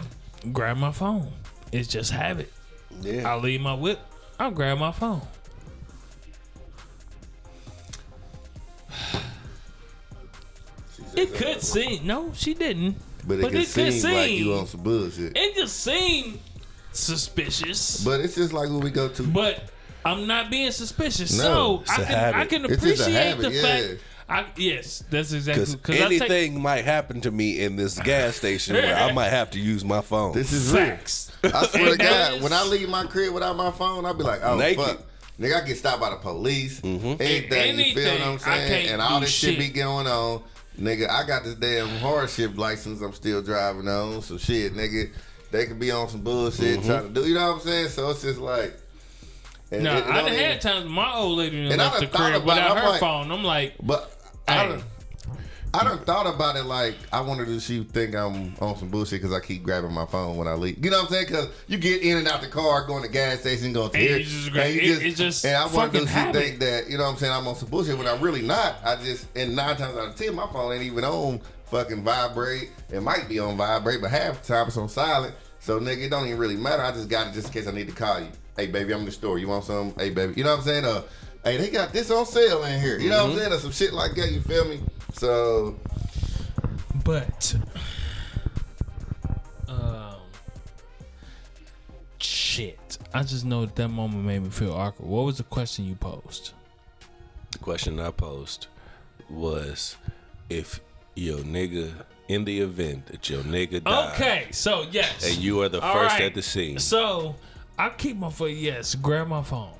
grab my phone. It's just habit.
Yeah.
I leave my whip. I'll grab my phone. It could seem no, she didn't.
But it
but
could
it could
seem like
seem-
you on some bullshit.
It just seemed suspicious.
But it's just like when we go to.
but I'm not being suspicious.
No,
so I
a
can, I
habit.
can
It's just a
appreciate
habit,
the
yeah.
fact. I, yes, that's exactly
Because
because I take
anything might happen to me in this gas station where I might have to use my phone.
this is real.
facts.
I
[laughs]
swear to
And that
God,
is-
when I leave my crib without my phone, I'll be like, oh,
Naked.
fuck. Nigga, I get stopped by the police. Anything, you feel
Anything,
what I'm
I
saying?
can't
And all
do
this shit. be
shit.
going on. Nigga, I got this damn hardship license I'm still driving on. So shit, nigga, they could be on some bullshit trying to do, you know what I'm saying? So it's just like. And,
No, I
it- it
done
don't even-
had times my old lady done
And I
left the
done thought
crib
about it.
without
I'm
her
like-
phone. I'm like,
But I
Hey.
done, I done thought about it like I wanted to she think I'm on some bullshit because I keep grabbing my phone when I leave. You know what I'm saying? Because you get in and out the car, going to gas station, going to
And
here,
you just grab- it- it's just
and I wanted
fucking
to she
habit.
think that you know what I'm saying I'm on some bullshit when I'm really not. I just and nine times out of ten my phone ain't even on fucking vibrate. It might be on vibrate, but half the time it's on silent. So nigga, it don't even really matter. I just got it just in case I need to call you. Hey baby, I'm in the store. You want some? Hey baby, you know what I'm saying? Uh, hey, they got this on sale in here. You know what I'm saying? Or some shit like that. You feel me? So
But um shit. I just know that moment made me feel awkward. What was the question you posed?
The question I posed was if your nigga in the event that your nigga died
Okay, so yes.
and you are the
All
first
right.
at the scene.
So I keep my foot. Yes, grab my phone,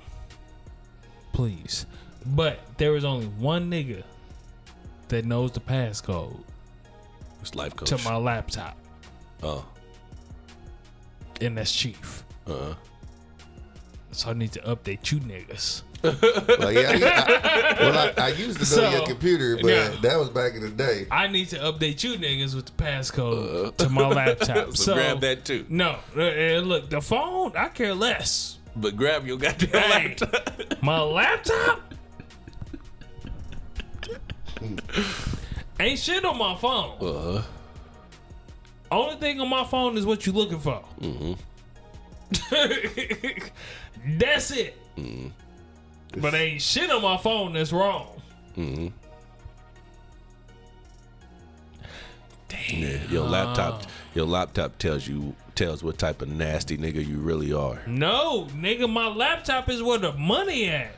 please. But there was only one nigga that knows the passcode
It's life coach.
to my laptop,
oh,
and that's Chief.
uh,
So I need to update you niggas.
like, yeah, I, I, well, I, I used to go
So,
to your computer, but
yeah.
that was back in the day.
I need to update you niggas with the passcode
[laughs]
to my laptop.
Uh-huh. so,
so
grab that too,
No, uh, uh, look, the phone. I care less.
but grab your goddamn
Hey,
laptop.
my laptop. Ain't shit on my phone.
Uh,
Only thing on my phone is what you looking for. [laughs] that's it. But ain't shit on my phone that's wrong.
[laughs] yeah, your laptop, your laptop tells you tells what type of nasty nigga you really are.
No, nigga, my laptop is where the money at.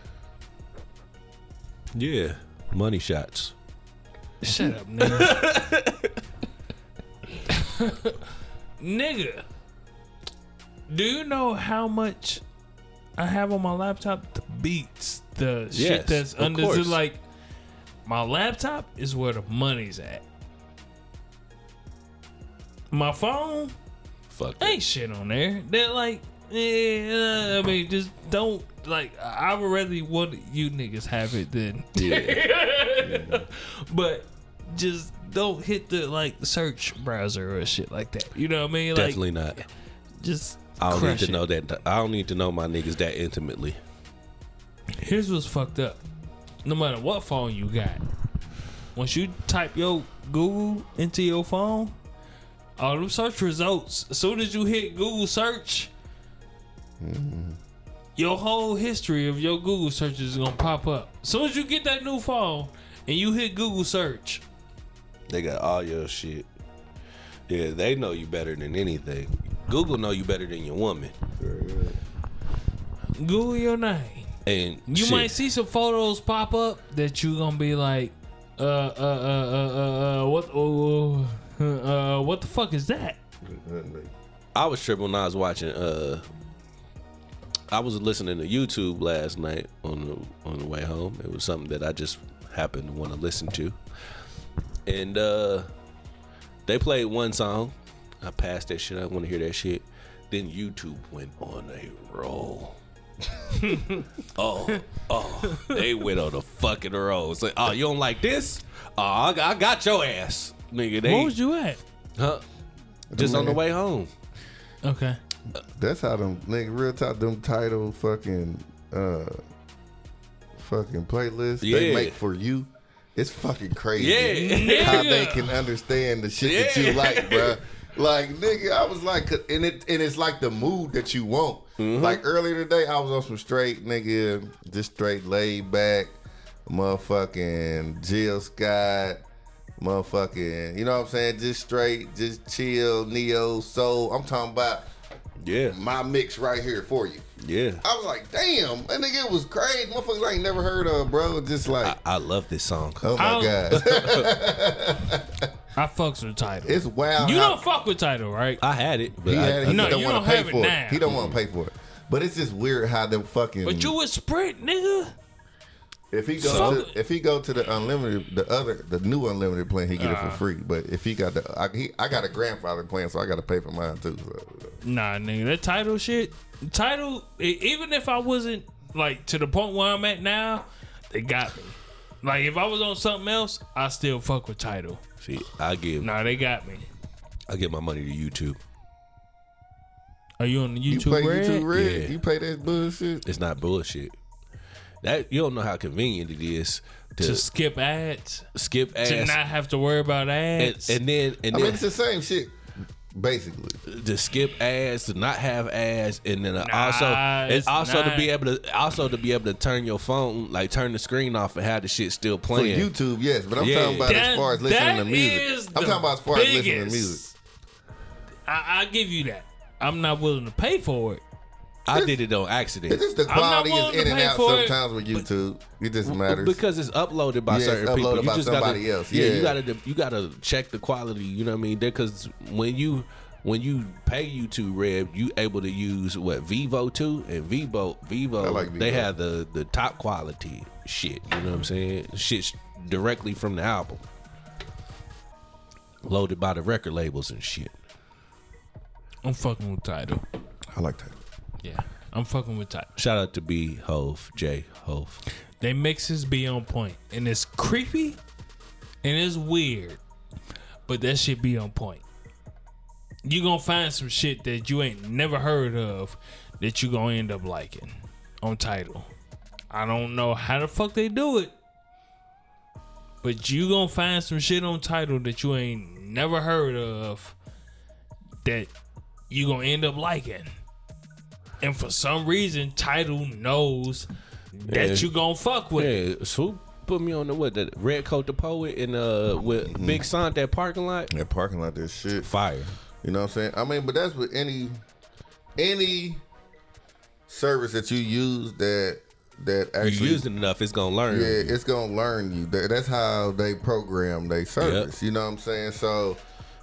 Yeah, money shots.
Shut up, nigga. [laughs] nigga, do you know how much I have on my laptop? The beats, the
Yes,
shit that's
of
under.
course.
it's Like, my laptop is where the money's at. My phone
Fuck.
ain't shit on there. They're like, yeah, I mean, just don't. Like, I would rather want you niggas have it than
Yeah.
but just don't hit the like search browser or shit like that. You know what I mean? Like
Definitely not.
just
I don't need
crush
to
it.
know that. I don't need to know my niggas that intimately.
Here's what's fucked up. No matter what phone you got, once you type your Google into your phone, all them search results. As soon as you hit Google search,
Mm-hmm.
your whole history of your Google search is gonna pop up. As soon as you get that new phone and you hit Google search,
They got all your shit. Yeah, they know you better than anything. Google know you better than your woman.
Google your name.
And
You
shit,
might see some photos pop up that you gonna be like, uh, uh, uh, uh, uh, uh what, oh, uh, uh, what the fuck is that?
I was tripping when I was watching. Uh, I was listening to YouTube last night on the on the way home. It was something that I just happened to want to listen to, and uh, they played one song. I passed that shit. I want to hear that shit. Then YouTube went on a roll. [laughs] oh, oh, they went on a fucking roll. It's like, oh, you don't like this? Oh, I got, I got your ass, nigga. They,
Where was you at?
huh? Just on the way home.
Okay.
That's how them nigga real talk them title fucking uh fucking playlists
Yeah.
they make for you. It's fucking crazy.
Yeah.
How they
Nigga.
can understand the shit that you
Yeah.
like,
[laughs]
bruh. Like nigga, I was like, and it and it's like the mood that you want.
Mm-hmm.
Like earlier today, I was on some straight nigga, just straight laid back, motherfucking Jill Scott, motherfucking, you know what I'm saying? Just straight, just chill, neo soul. I'm talking about
Yeah.
my mix right here for you.
Yeah.
I was like, damn, that nigga was crazy. Motherfuckers I ain't never heard of, bro. Just like,
I, I love this song.
oh my
I'll-
god, [laughs]
I fucks with title.
it's wild.
you
how-
don't fuck with title, right?
I had it, but
he
I,
had it. He
No,
don't
you
want
don't
to pay
have it
for it.
now.
He don't want to pay for it. But it's just weird how them fucking.
But you with Sprint, nigga.
if he goes,
So-
to, if he go to the unlimited, the other, the new unlimited plan, he get it
Uh.
for free. But if he got the, I, he, I got a grandfather plan, so I got to pay for mine too. So.
Nah, nigga, that title shit. Title, e- even if I wasn't like to the point where I'm at now, they got me. Like if I was on something else, I still fuck with title.
see, I give
Nah, they got me.
I give my money to YouTube.
Are you on the
You
YouTube?
pay
Red?
YouTube Red?
Yeah.
You pay that bullshit?
It's not bullshit. That you don't know how convenient it is to
to skip ads,
skip ads,
to not have to worry about
and,
ads.
and then and
I
then
mean, it's the same shit, basically.
to skip ads, to not have ads, and then uh,
Nah,
also
it's
and also to
not.
be able to also to be able to turn your phone like turn the screen off and have the shit still
For
playing.
YouTube, yes, but I'm
Yeah.
talking about as far as listening to music.
is
I'm
the
talking about as far as listening to
biggest-
music.
I, I give you that. I'm not willing to pay for it.
I did it on
It's
accident
just the
I'm not
quality is
willing to
in and
pay
out
for it,
sometimes with YouTube. It just matters.
because it's uploaded by
Yeah, it's
certain people.
uploaded
You
by
just gotta,
somebody else.
you
Yeah.
gotta de- you gotta check the quality. You know what I mean? Because when you when you pay YouTube Red, you able to use what Vivo too and Vivo Vivo.
I like
They
Vivo.
have the the top quality shit. You know what I'm saying? Shit's directly from the album, loaded by the record labels and shit.
I'm fucking with title.
I like that.
Yeah, I'm fucking with title.
Shout out to B Hove J Hove.
They mixes be on point, and it's creepy, and it's weird, but that shit be on point. You gonna find some shit that you ain't never heard of that you gonna end up liking on title. I don't know how the fuck they do it, but you gonna find some shit on title that you ain't never heard of that you gonna end up liking. And for some reason, title knows that
Yeah.
you gonna fuck with. it.
Yeah, Swoop put me on the what the red coat the poet and uh with
Mm-hmm.
Big Son at that parking lot.
That parking lot, that shit.
Fire.
You know what I'm saying? I mean, but that's with any any service that you use that that
You
actually
use it enough, it's gonna learn.
Yeah, it's gonna learn you. That- That's how they program they service. You know what I'm saying? So,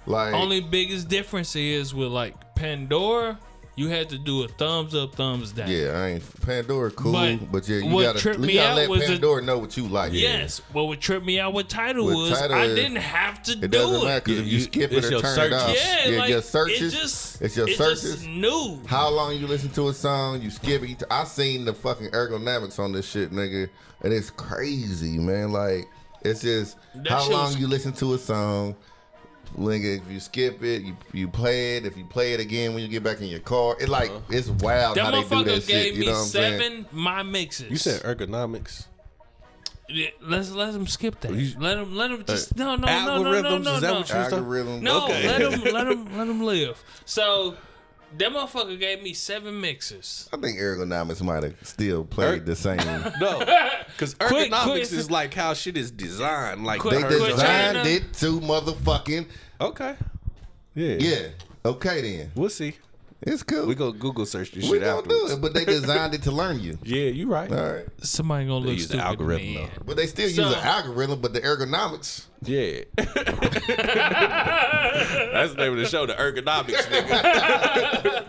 like,
Only biggest difference is with like Pandora, you had to do a thumbs up, thumbs down.
yeah, I ain't Pandora cool,
But
but, yeah, you
what
gotta,
tripped
you
me
gotta
out
let
was the-
Pandora know what you like.
Yes. Well, what tripped me out with title
With
was
Tidal
I
is-
didn't have to
it doesn't
do
matter
it.
because if you,
You-
skip
it's
it or
your
turn
search.
it off,
Yeah, like
your searches,
It just,
it's your
it
searches.
Just new.
how long you listen to a song, you skip it. you t- I seen the fucking ergonomics on this shit, nigga, and it's crazy, man. Like it's just
That
how
shit
long
was-
you listen to a song, nigga. If you skip it, you, you play it. If you play it again when you get back in your car, it like it's wild
Uh-huh. That
how they do
motherfucker
that
gave
shit. You
me
know what I'm saying?
seven my mixes.
You said ergonomics.
Yeah, let's let him skip that.
You-
let him let him just no no no no no
Algorithms,
no
is that what you
no.
was talking-
Algorithm.
No,
Okay.
let
[laughs]
him let him let him live. So that motherfucker gave me seven mixes.
I think ergonomics might have still played
Er
the
[laughs]
same.
No, because
Quick,
ergonomics
quick.
is like how shit is designed. Like
Quick,
They
the
quick.
ergon-
designed
China.
it to motherfucking
Okay. Yeah.
yeah. Okay then,
We'll see.
it's cool.
We gonna Google search this
we
shit
gonna do
afterwards.
it, but they designed it to learn you.
Yeah, you right.
[laughs] All right.
Somebody gonna look
use the
stupid.
algorithm,
man.
though.
But they still
So-
use an algorithm, but the ergonomics.
Yeah. [laughs] That's the name of the show, the ergonomics nigga.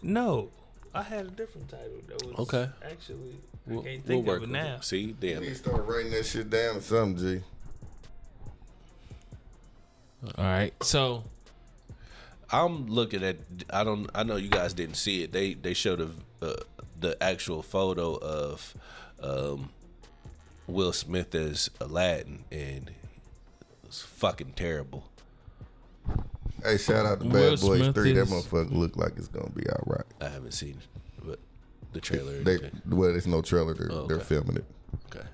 No, I had a different title that was
Okay.
Actually,
We'll,
I can't
we'll
think
work
of it
with
now.
See, damn.
You
it.
start writing that shit down or something, G.
All right, so
I'm looking at. I don't. I know you guys didn't see it. They they showed a, uh, the actual photo of um, Will Smith as Aladdin, and it's fucking terrible.
Hey, shout out to Bad
Will
Boys
Smith
3.
is-
That motherfucker look like it's going to be all right.
I haven't seen it, but the trailer.
They,
okay.
well, there's no trailer. They're,
Oh,
they're
okay.
filming it.
okay.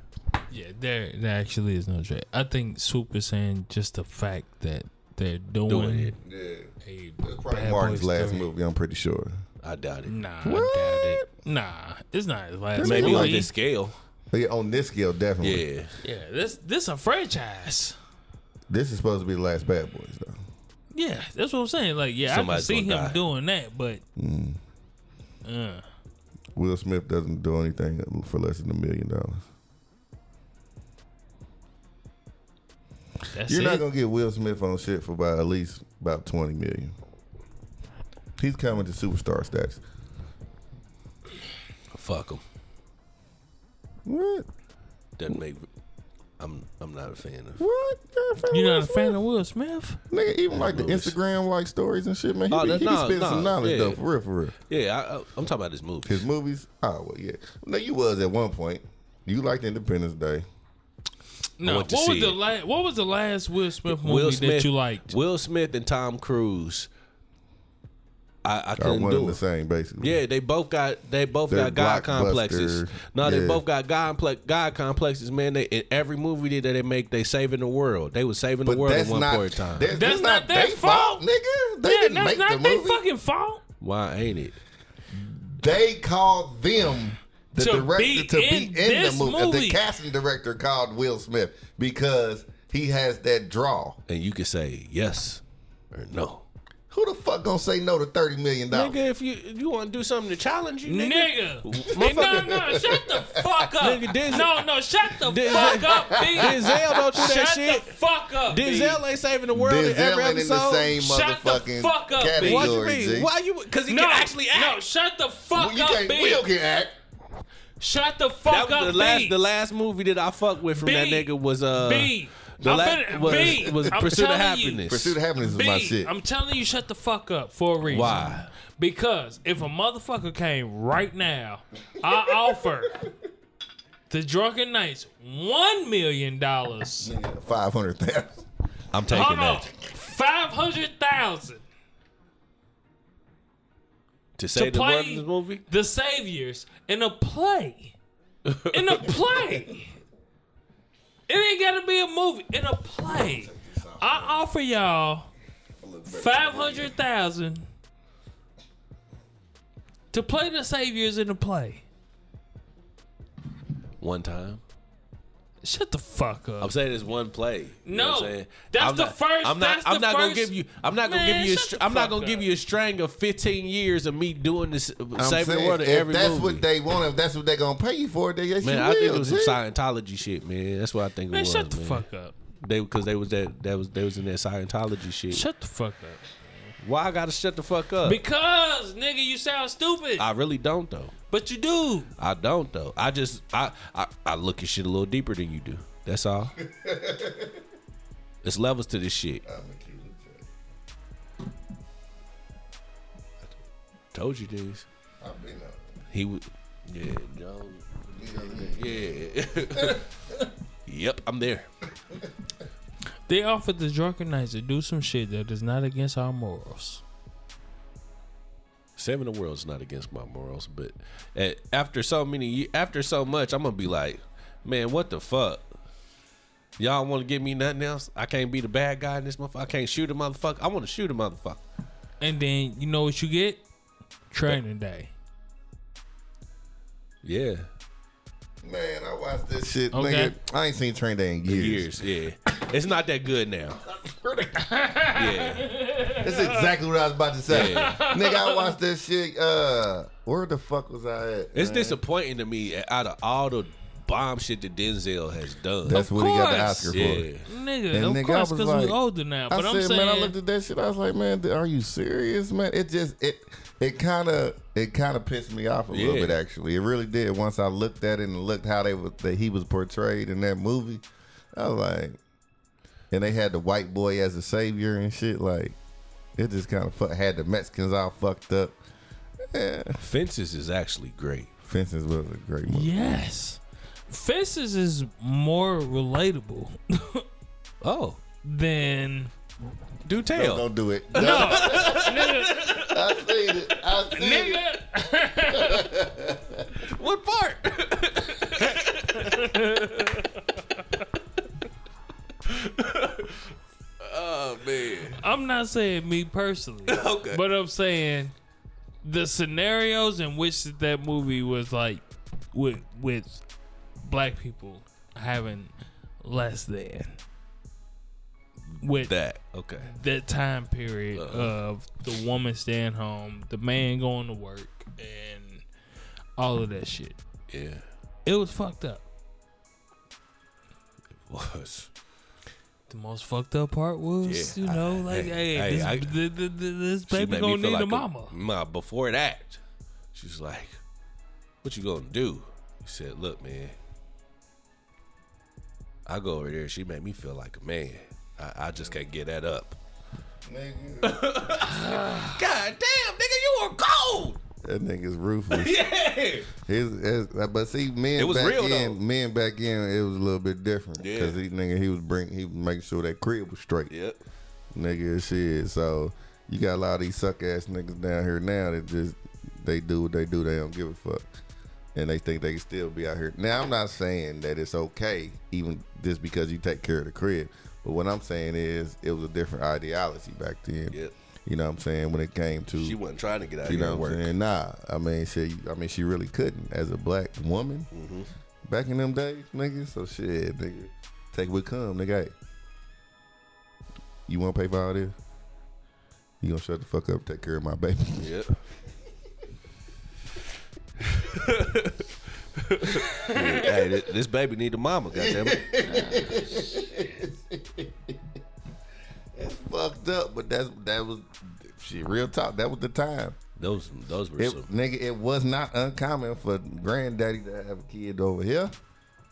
yeah, there there actually is no trade. I think Swoop is saying just the fact that they're doing,
Doing it.
Yeah.
a
It's probably
Bad
Martin's
Boys
last
three.
movie, I'm pretty sure.
I doubt it.
Nah, I doubt it. Nah, it's not his last
Maybe
Maybe
movie.
on this scale.
But yeah, on this scale, definitely.
Yeah.
Yeah, this this a franchise.
This is supposed to be the last Bad Boys, though.
Yeah, that's what I'm saying. Like, yeah,
Somebody's
I can see
gonna
him
die.
doing that, but uh,
Will Smith doesn't do anything for less than a million dollars.
that's
You're
it.
not going to get Will Smith on shit for about at least about 20 million. He's coming to superstar status.
Fuck him.
What?
Doesn't make. I'm I'm not a fan of.
What? You're a fan of
You're
Will
not a fan of Will Smith?
Nigga, even like the
Movies.
Instagram like stories and shit, man. He,
Oh,
be,
that-
he be
nah,
spending some
nah,
knowledge
yeah.
though, for real, for real.
Yeah, I, I, I'm talking about this movie.
His movies, oh well, yeah. No, you was at one point. You liked Independence Day.
No.
want
What
to
was
see
the
it.
last? What was the last Will Smith movie
Will
that you liked?
Will Smith and Tom Cruise I, I
Or
couldn't
one and
do
the
it.
same, basically.
Yeah, they both got they both
They're
got god
blockbuster.
complexes. No, they
Yeah.
both got god complex god complexes. Man, they, in every movie that they make, they saving the world. They was saving the
But
world at
that's
one
not,
point in time.
That's,
That's not
their
their
fault,
fault.
nigga. They
yeah,
didn't
that's
make
not
the
they
movie.
fucking fault.
Why ain't it?
they called them the
To
director
be
to be
in
in the
this
movie. The
movie.
casting director called Will Smith because he has that draw.
And you can say yes or no.
Who the fuck gonna say no to thirty million dollars?
Nigga, if you if you want to do something to challenge you, nigga,
Nigga. no, no, shut the fuck up.
Nigga, Denzel-
no, no, shut
[laughs]
the
Denzel-
fuck
[laughs]
up, B.
Denzel don't do that
shut
shit.
the fuck up, B.
Denzel ain't saving the world in every
Denzel ain't
episode.
in the same
Shut the
motherfucking
fuck up, bitch.
what you
category.
mean?
G.
Why you? Because he
No,
can actually act.
no, shut the fuck
Well, you
up,
can't.
B.
Will can act.
Shut the
that
fuck
was
up,
the
B.
last the last movie that I fucked with from
B.
that nigga was uh
B.
the
I'm
la-
finna-
was-
B.
was
I'm
Pursuit of
telling you.
Happiness.
Pursuit of Happiness is
B,
my shit.
am telling you, shut the fuck up for a reason.
Why?
Because if a motherfucker came right now, I offer the Drunken Knights one million dollars.
Five hundred thousand.
I'm taking
Hold on,
that
five hundred thousand
to save the
play-
world in this movie.
the saviors in a play. In a play. It ain't gotta be a movie. In a play. I offer y'all five hundred thousand to play the saviors in a play.
One time,
Shut the fuck up.
I'm saying it's one play. You know
No,
what I'm saying?
that's
I'm
the
not-
first-
I'm not.
that's
I'm
the
not gonna
first-
give you. I'm not gonna
Man,
give you. A
shut
str-
the
I'm not
fuck
gonna give
up.
you a string of 15 years of me doing this, uh,
I'm
saving the
saying,
world in
if
every
that's
movie.
what they want, if that's what they're gonna pay you for, then yes,
Man,
you
I
will.
think it was some
G.
Scientology shit, man. That's what I think it
man,
was.
shut the
man.
fuck up.
They because they was that that was they was in that Scientology shit.
Shut the fuck up.
Why I gotta shut the fuck up?
Because nigga, you sound stupid.
I really don't though.
but you do.
I don't though. I just I, I I look at shit a little deeper than you do. That's all. it's levels to this shit. Told you this.
I've been up.
He would. Yeah, Joe. Yeah. [laughs] yep, I'm there.
They offered the drunken knights to do some shit that is not against our morals.
Saving the world is not against my morals, but eh, after so many, ye- after so much, I'm gonna be like, man, what the fuck? Y'all want to give me nothing else? I can't be the bad guy in this motherfucker. I can't shoot a motherfucker. I want to shoot a motherfucker.
And then you know what you get? Training day.
Yeah,
Man, I watched this shit,
Okay.
nigga. I ain't seen Train Day in
years.
years.
Yeah, it's not that good now. yeah,
That's exactly what I was about to say.
Yeah.
[laughs] nigga, I watched that shit. Uh, where the fuck was I at?
it's
man?
disappointing to me. eh, Out of all the bomb shit that Denzel has done,
That's what he got the
course.
Oscar
yeah.
for.
Nigga,
And
of
nigga, I
course,
was
because
like-
we older now. But
I
I'm
said,
saying,
man, I looked at that shit. I was like, man, th- are you serious, man? It just it it kind of it kind of pissed me off a little
Yeah.
bit actually. It really did. Once I looked at it and looked how they was that he was portrayed in that movie, I was like, and they had the white boy as a savior and shit. Like, it just kind of fuck, had the Mexicans all fucked up.
Fences is actually great.
Fences was a great movie.
yes, Fences is more relatable
Oh,
than
do
Don't,
tell.
don't do it. No, I seen it. I seen it.
nigga.
What part? oh man.
I'm not saying
[laughs]
me personally, but I'm saying the scenarios in which that movie was like with with black people having less than with
That okay.
that time period of the woman staying home, the man going to work, and all of that shit.
Yeah. [laughs]
It was fucked up.
Was
The most fucked up part was,
Yeah,
you
I-
know, like,
hey,
hey,
hey,
this,
I-
th- th- th- this
she
baby
made me
gonna
feel
need a
like
mama.
ma, before that, she was like, "What you gonna do?" He said, "Look, man, I go over there. She made me feel like a man. I, I just can't get that up." [laughs]
Nigga,
God damn, nigga, you were cold.
that nigga's ruthless.
Yeah.
His, his, but see, men
It was
back
real,
in,
though.
men back in, it was a little bit different.
Yeah.
Cause he nigga, he was bring, he was making sure that crib was straight,
Yep.
nigga, and shit. So you got a lot of these suck ass niggas down here now that just they do what they do, they don't give a fuck. And they think they can still be out here. Now I'm not saying that it's okay, even just because you take care of the crib. But what I'm saying is it was a different ideology back then.
Yep.
You know what I'm saying? When it came to
She wasn't trying to get out
you
here
know
and
what
work.
I'm saying? Nah. I mean she I mean she really couldn't as a black woman back in them days, nigga. So shit, nigga. Take what come, nigga. Hey, you wanna pay for all this? You gonna shut the fuck up, take care of my baby. [laughs]
Yep.
[laughs] hey, this, this baby need a mama. Goddamn it.
Fucked up, but that's that was shit, real talk. That was the time.
Those those were
It,
some.
nigga, it was not uncommon for granddaddy to have a kid over here,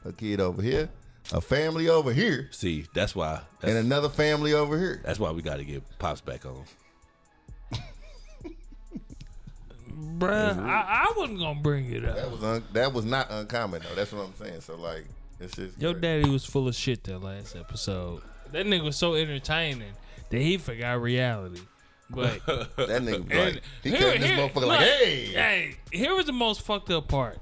a kid over here, a family over here,
See, that's why. That's,
and another family over here.
that's why we got to get pops back on.
Mm-hmm.
Bruh, I, I wasn't gonna bring it
That
up.
was un- that was not uncommon though. That's what I'm saying. So like, it's just
Your daddy was full of shit that last episode. That nigga was so entertaining that he forgot reality. [laughs]
[laughs]
But
that nigga was
and
like he
here-
came this
here-
motherfucker
look,
like, hey,
hey. Here was the most fucked up part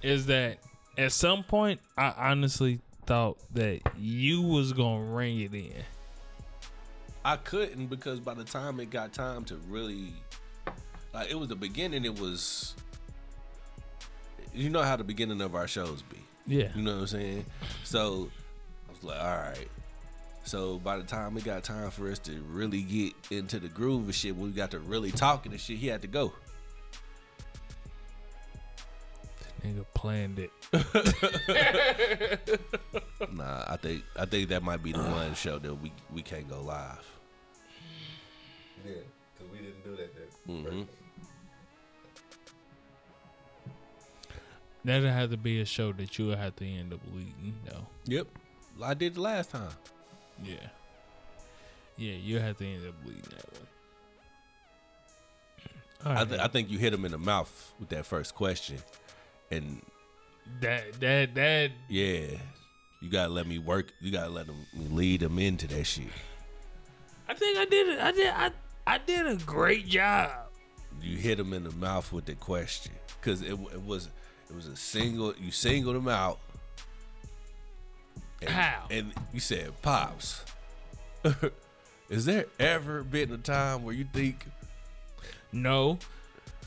is that at some point I honestly thought that you was gonna ring it in.
I couldn't because by the time it got time to really, like, it was the beginning. It was, you know how the beginning of our shows be.
Yeah.
You know what I'm saying? So I was like, all right. So by the time it got time for us to really get into the groove and shit, when we got to really talking and shit, he had to go.
Nigga planned it.
Nah, I think I think that might
Uh.
be the one show that we we can't go live.
yeah, because we didn't do that. There.
Mm-hmm.
That'll have to be a show that you'll have to end up leading though.
Yep. I did the last time.
Yeah. Yeah, you'll have to end up leading that one. All
I,
right.
th- I think you hit him in the mouth with that first question, and
that that that
yeah, you gotta let me work. You gotta let him lead him into that shit.
I think I did it. I did I I did a great job.
You hit him in the mouth with the question because it, w- it was it was a single. You singled him out,
How?
and you said, "Pops, [laughs] is there ever been a time where you think
No,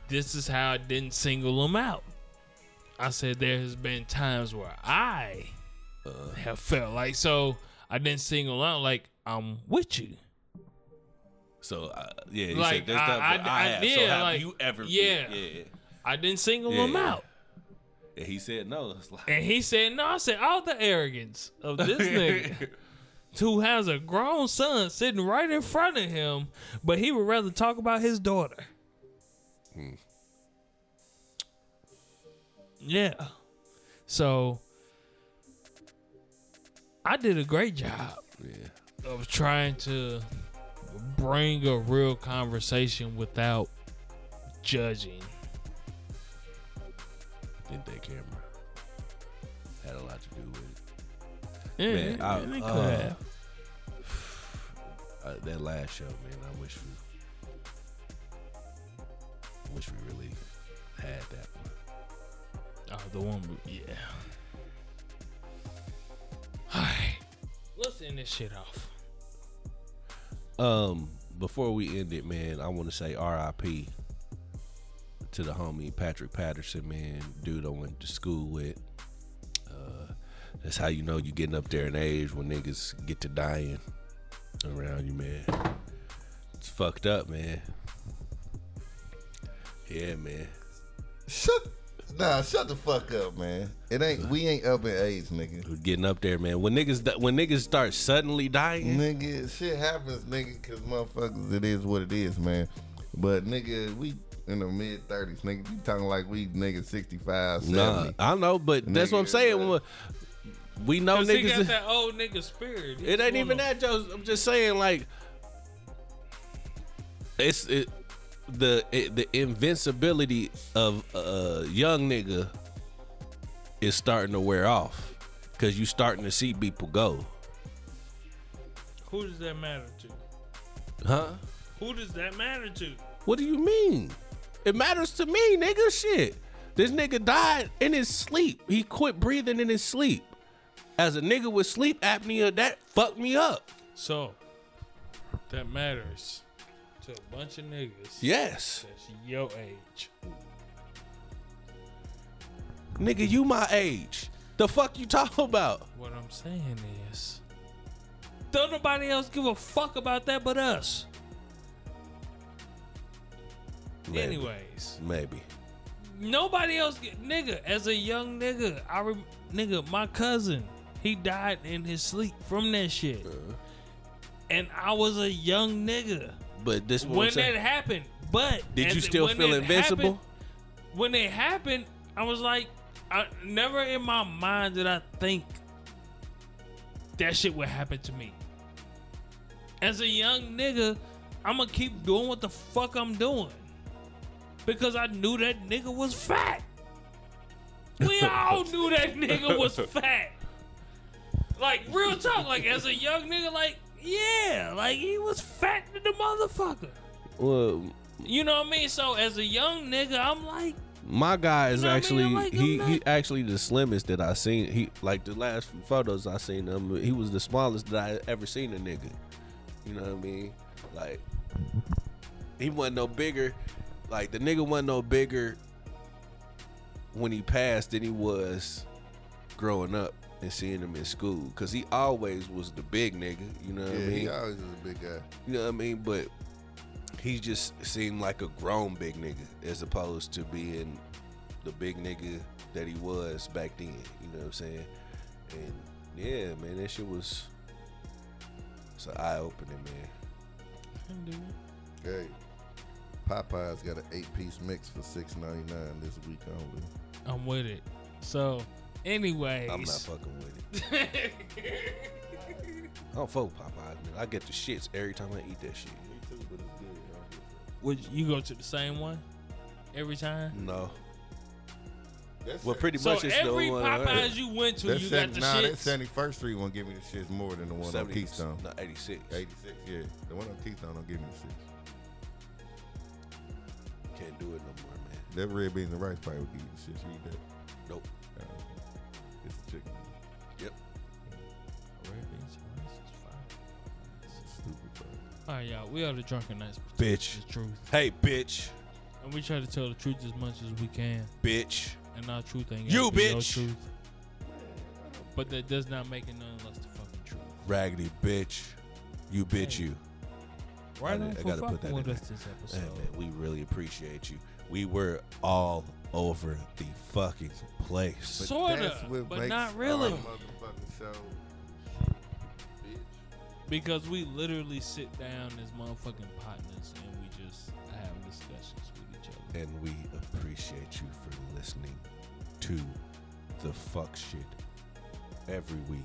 this is how I didn't single them out. I said there has been times where I
Uh.
have felt like so I didn't single out like I'm with you.
so?" Uh, yeah, you
Like,
said, "There's
I-
times
I-
where I,
I
have. so
did,
have
like,
you ever? been-"
yeah.
yeah.
I didn't single
Yeah.
them out.
And he said no. It's like,
And he said, No, I said, all the arrogance of
[laughs]
this nigga who has a grown son sitting right in front of him, but he would rather talk about his daughter.
Hmm.
Yeah. So I did a great job of trying to bring a real conversation without judging.
Didn't that camera had a lot to do with it.
Yeah,
Man, I-
it could
uh,
have.
Uh, that last show, man. I wish we, wish we really had that one. Uh,
Oh, the one. with- Yeah. All right. Let's end this shit off.
Um, before we end it, man, I want to say R.I.P. to the homie Patrick Patterson, man, dude I went to school with. Uh, that's how you know you getting up there in age when niggas get to dying around you, man. It's fucked up, man. Yeah, man.
Shut, nah, shut the fuck up, man. It ain't we ain't up in age, nigga.
Getting up there, man. When niggas when niggas start suddenly dying,
Nigga, shit happens, nigga, cause motherfuckers, it is what it is, man. But nigga, we in the mid thirties, nigga. You talking like we nigga 65, 70.
nah, I know, but that's what I'm
Nigga,
saying.
bruh.
When- We know
Cause he got
niggas.
that old nigga spirit. He
It ain't
wanna-
even that, Joe. I'm just saying, like, it's it, the it, the invincibility of a young nigga is starting to wear off because you starting to see people go,
Who does that matter to?
huh?
Who does that matter to?
What do you mean? It matters to me, nigga. Shit. This nigga died in his sleep. He quit breathing in his sleep. As a nigga with sleep apnea, that fucked me up.
So that matters to a bunch of niggas
Yes.
that's your age.
Nigga, you my age. The fuck you [laughs] talking about?
What I'm saying is, don't nobody else give a fuck about that but us.
Maybe.
Anyways,
Maybe.
nobody else, get, nigga. As a young nigga, I rem, nigga, my cousin, he died in his sleep from that shit,
Uh-huh.
and I was a young nigga
But this
when
one.
that happened. But
Did
as
you
it-
still
when
feel
it
invincible?
happened- when it happened, I was like, I never in my mind did I think that shit would happen to me. As a young nigga, I'ma keep doing what the fuck I'm doing. Because I knew that nigga was fat. We all knew that nigga was fat. Like real talk, like as a young nigga, like, yeah, like he was fat than the motherfucker.
Well,
You know what I mean? So as a young nigga, I'm like,
my guy is
You know what I mean?
actually
I'm like, I'm
he, he
not-
actually the slimmest that I seen. He like the last few photos I seen of him. He was the smallest that I ever seen a nigga. You know what I mean? Like he wasn't no bigger. Like the nigga wasn't no bigger when he passed than he was growing up and seeing him in school. Cause he always was the big nigga. You know what I
Yeah,
mean?
he always was a big guy.
You know what I mean? But he just seemed like a grown big nigga as opposed to being the big nigga that he was back then. You know what I'm saying? And yeah, man, that shit was it's an eye opening, man.
Hey, Popeyes got an eight-piece mix for six ninety-nine this week only.
I'm with it. So, anyways,
I'm not fucking with it. I don't fuck with Popeyes, man. I get the shits every time I eat that shit.
[laughs] would you go to the same one every time?
No.
That's
Well, pretty
So
much it's
every
the one
Popeyes you went to,
That
you got
seven-
the
nah, that
shits.
71st Street won't give me the shits more than the one on
70,
Keystone.
No, 86.
86, yeah. The one on Keystone don't give me the shits.
Can't do it no more, man.
That red beans and rice probably would give you the shits. You eat that.
Nope.
Uh, it's the chicken.
Yep.
Red beans and rice is fire.
It's stupid. fuck.
All right, y'all. We are the drunken knights. but
Bitch.
The truth,
Hey, bitch.
and we try to tell the truth as much as we can,
Bitch.
and our truth ain't
You
gotta be no
bitch.
truth. But that does not make it none less the fucking truth.
Raggedy bitch. You bitch you.
Right
I
on for
gotta put that
fucking
in
with
there.
us this
Hey,
episode.
man, we really appreciate you. We were all over the fucking place.
That's
Sorta,
what
but
makes
not really.
Our motherfucking show. Bitch.
Because we literally sit down as motherfucking partners and we just have discussions with each other.
And we appreciate you for listening to the fuck shit every week.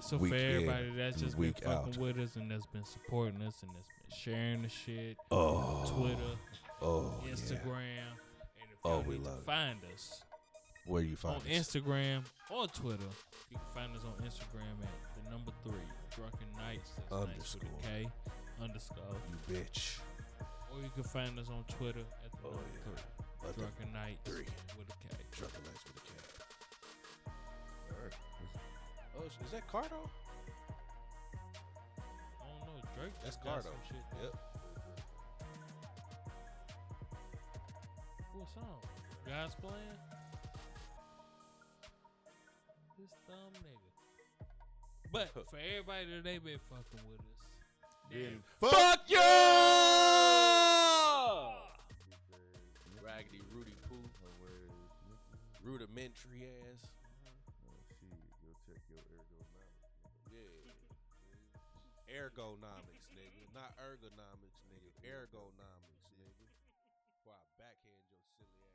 So
Week
for
in,
everybody that's just been
week
fucking
out.
with us and that's been supporting us and that's been sharing the shit,
Oh,
Twitter,
oh, yeah.
Instagram, and if
Oh,
y'all
we
need
love
to
it.
find us
Where you find
on
us?
Instagram or Twitter, you can find us on Instagram at the number three drunken knights that's knights with
Underscore.
a K underscore,
you bitch.
or you can find us on Twitter at the
Oh,
number
yeah.
three
But the
drunken knights
three.
with a K.
Drunken Knights with a K. Oh, is- is that Cardo?
I don't know. Drake.
That's
got
Cardo.
some shit.
Yep.
What song? God's playing. This thumb nigga.
[laughs]
But for everybody that they been fucking with us, then
Fuck you! Raggedy Rudy Poo. Rudimentary ass. Yeah. Ergonomics, nigga. Not ergonomics, nigga. Ergonomics, nigga. Before I backhand your silly ass.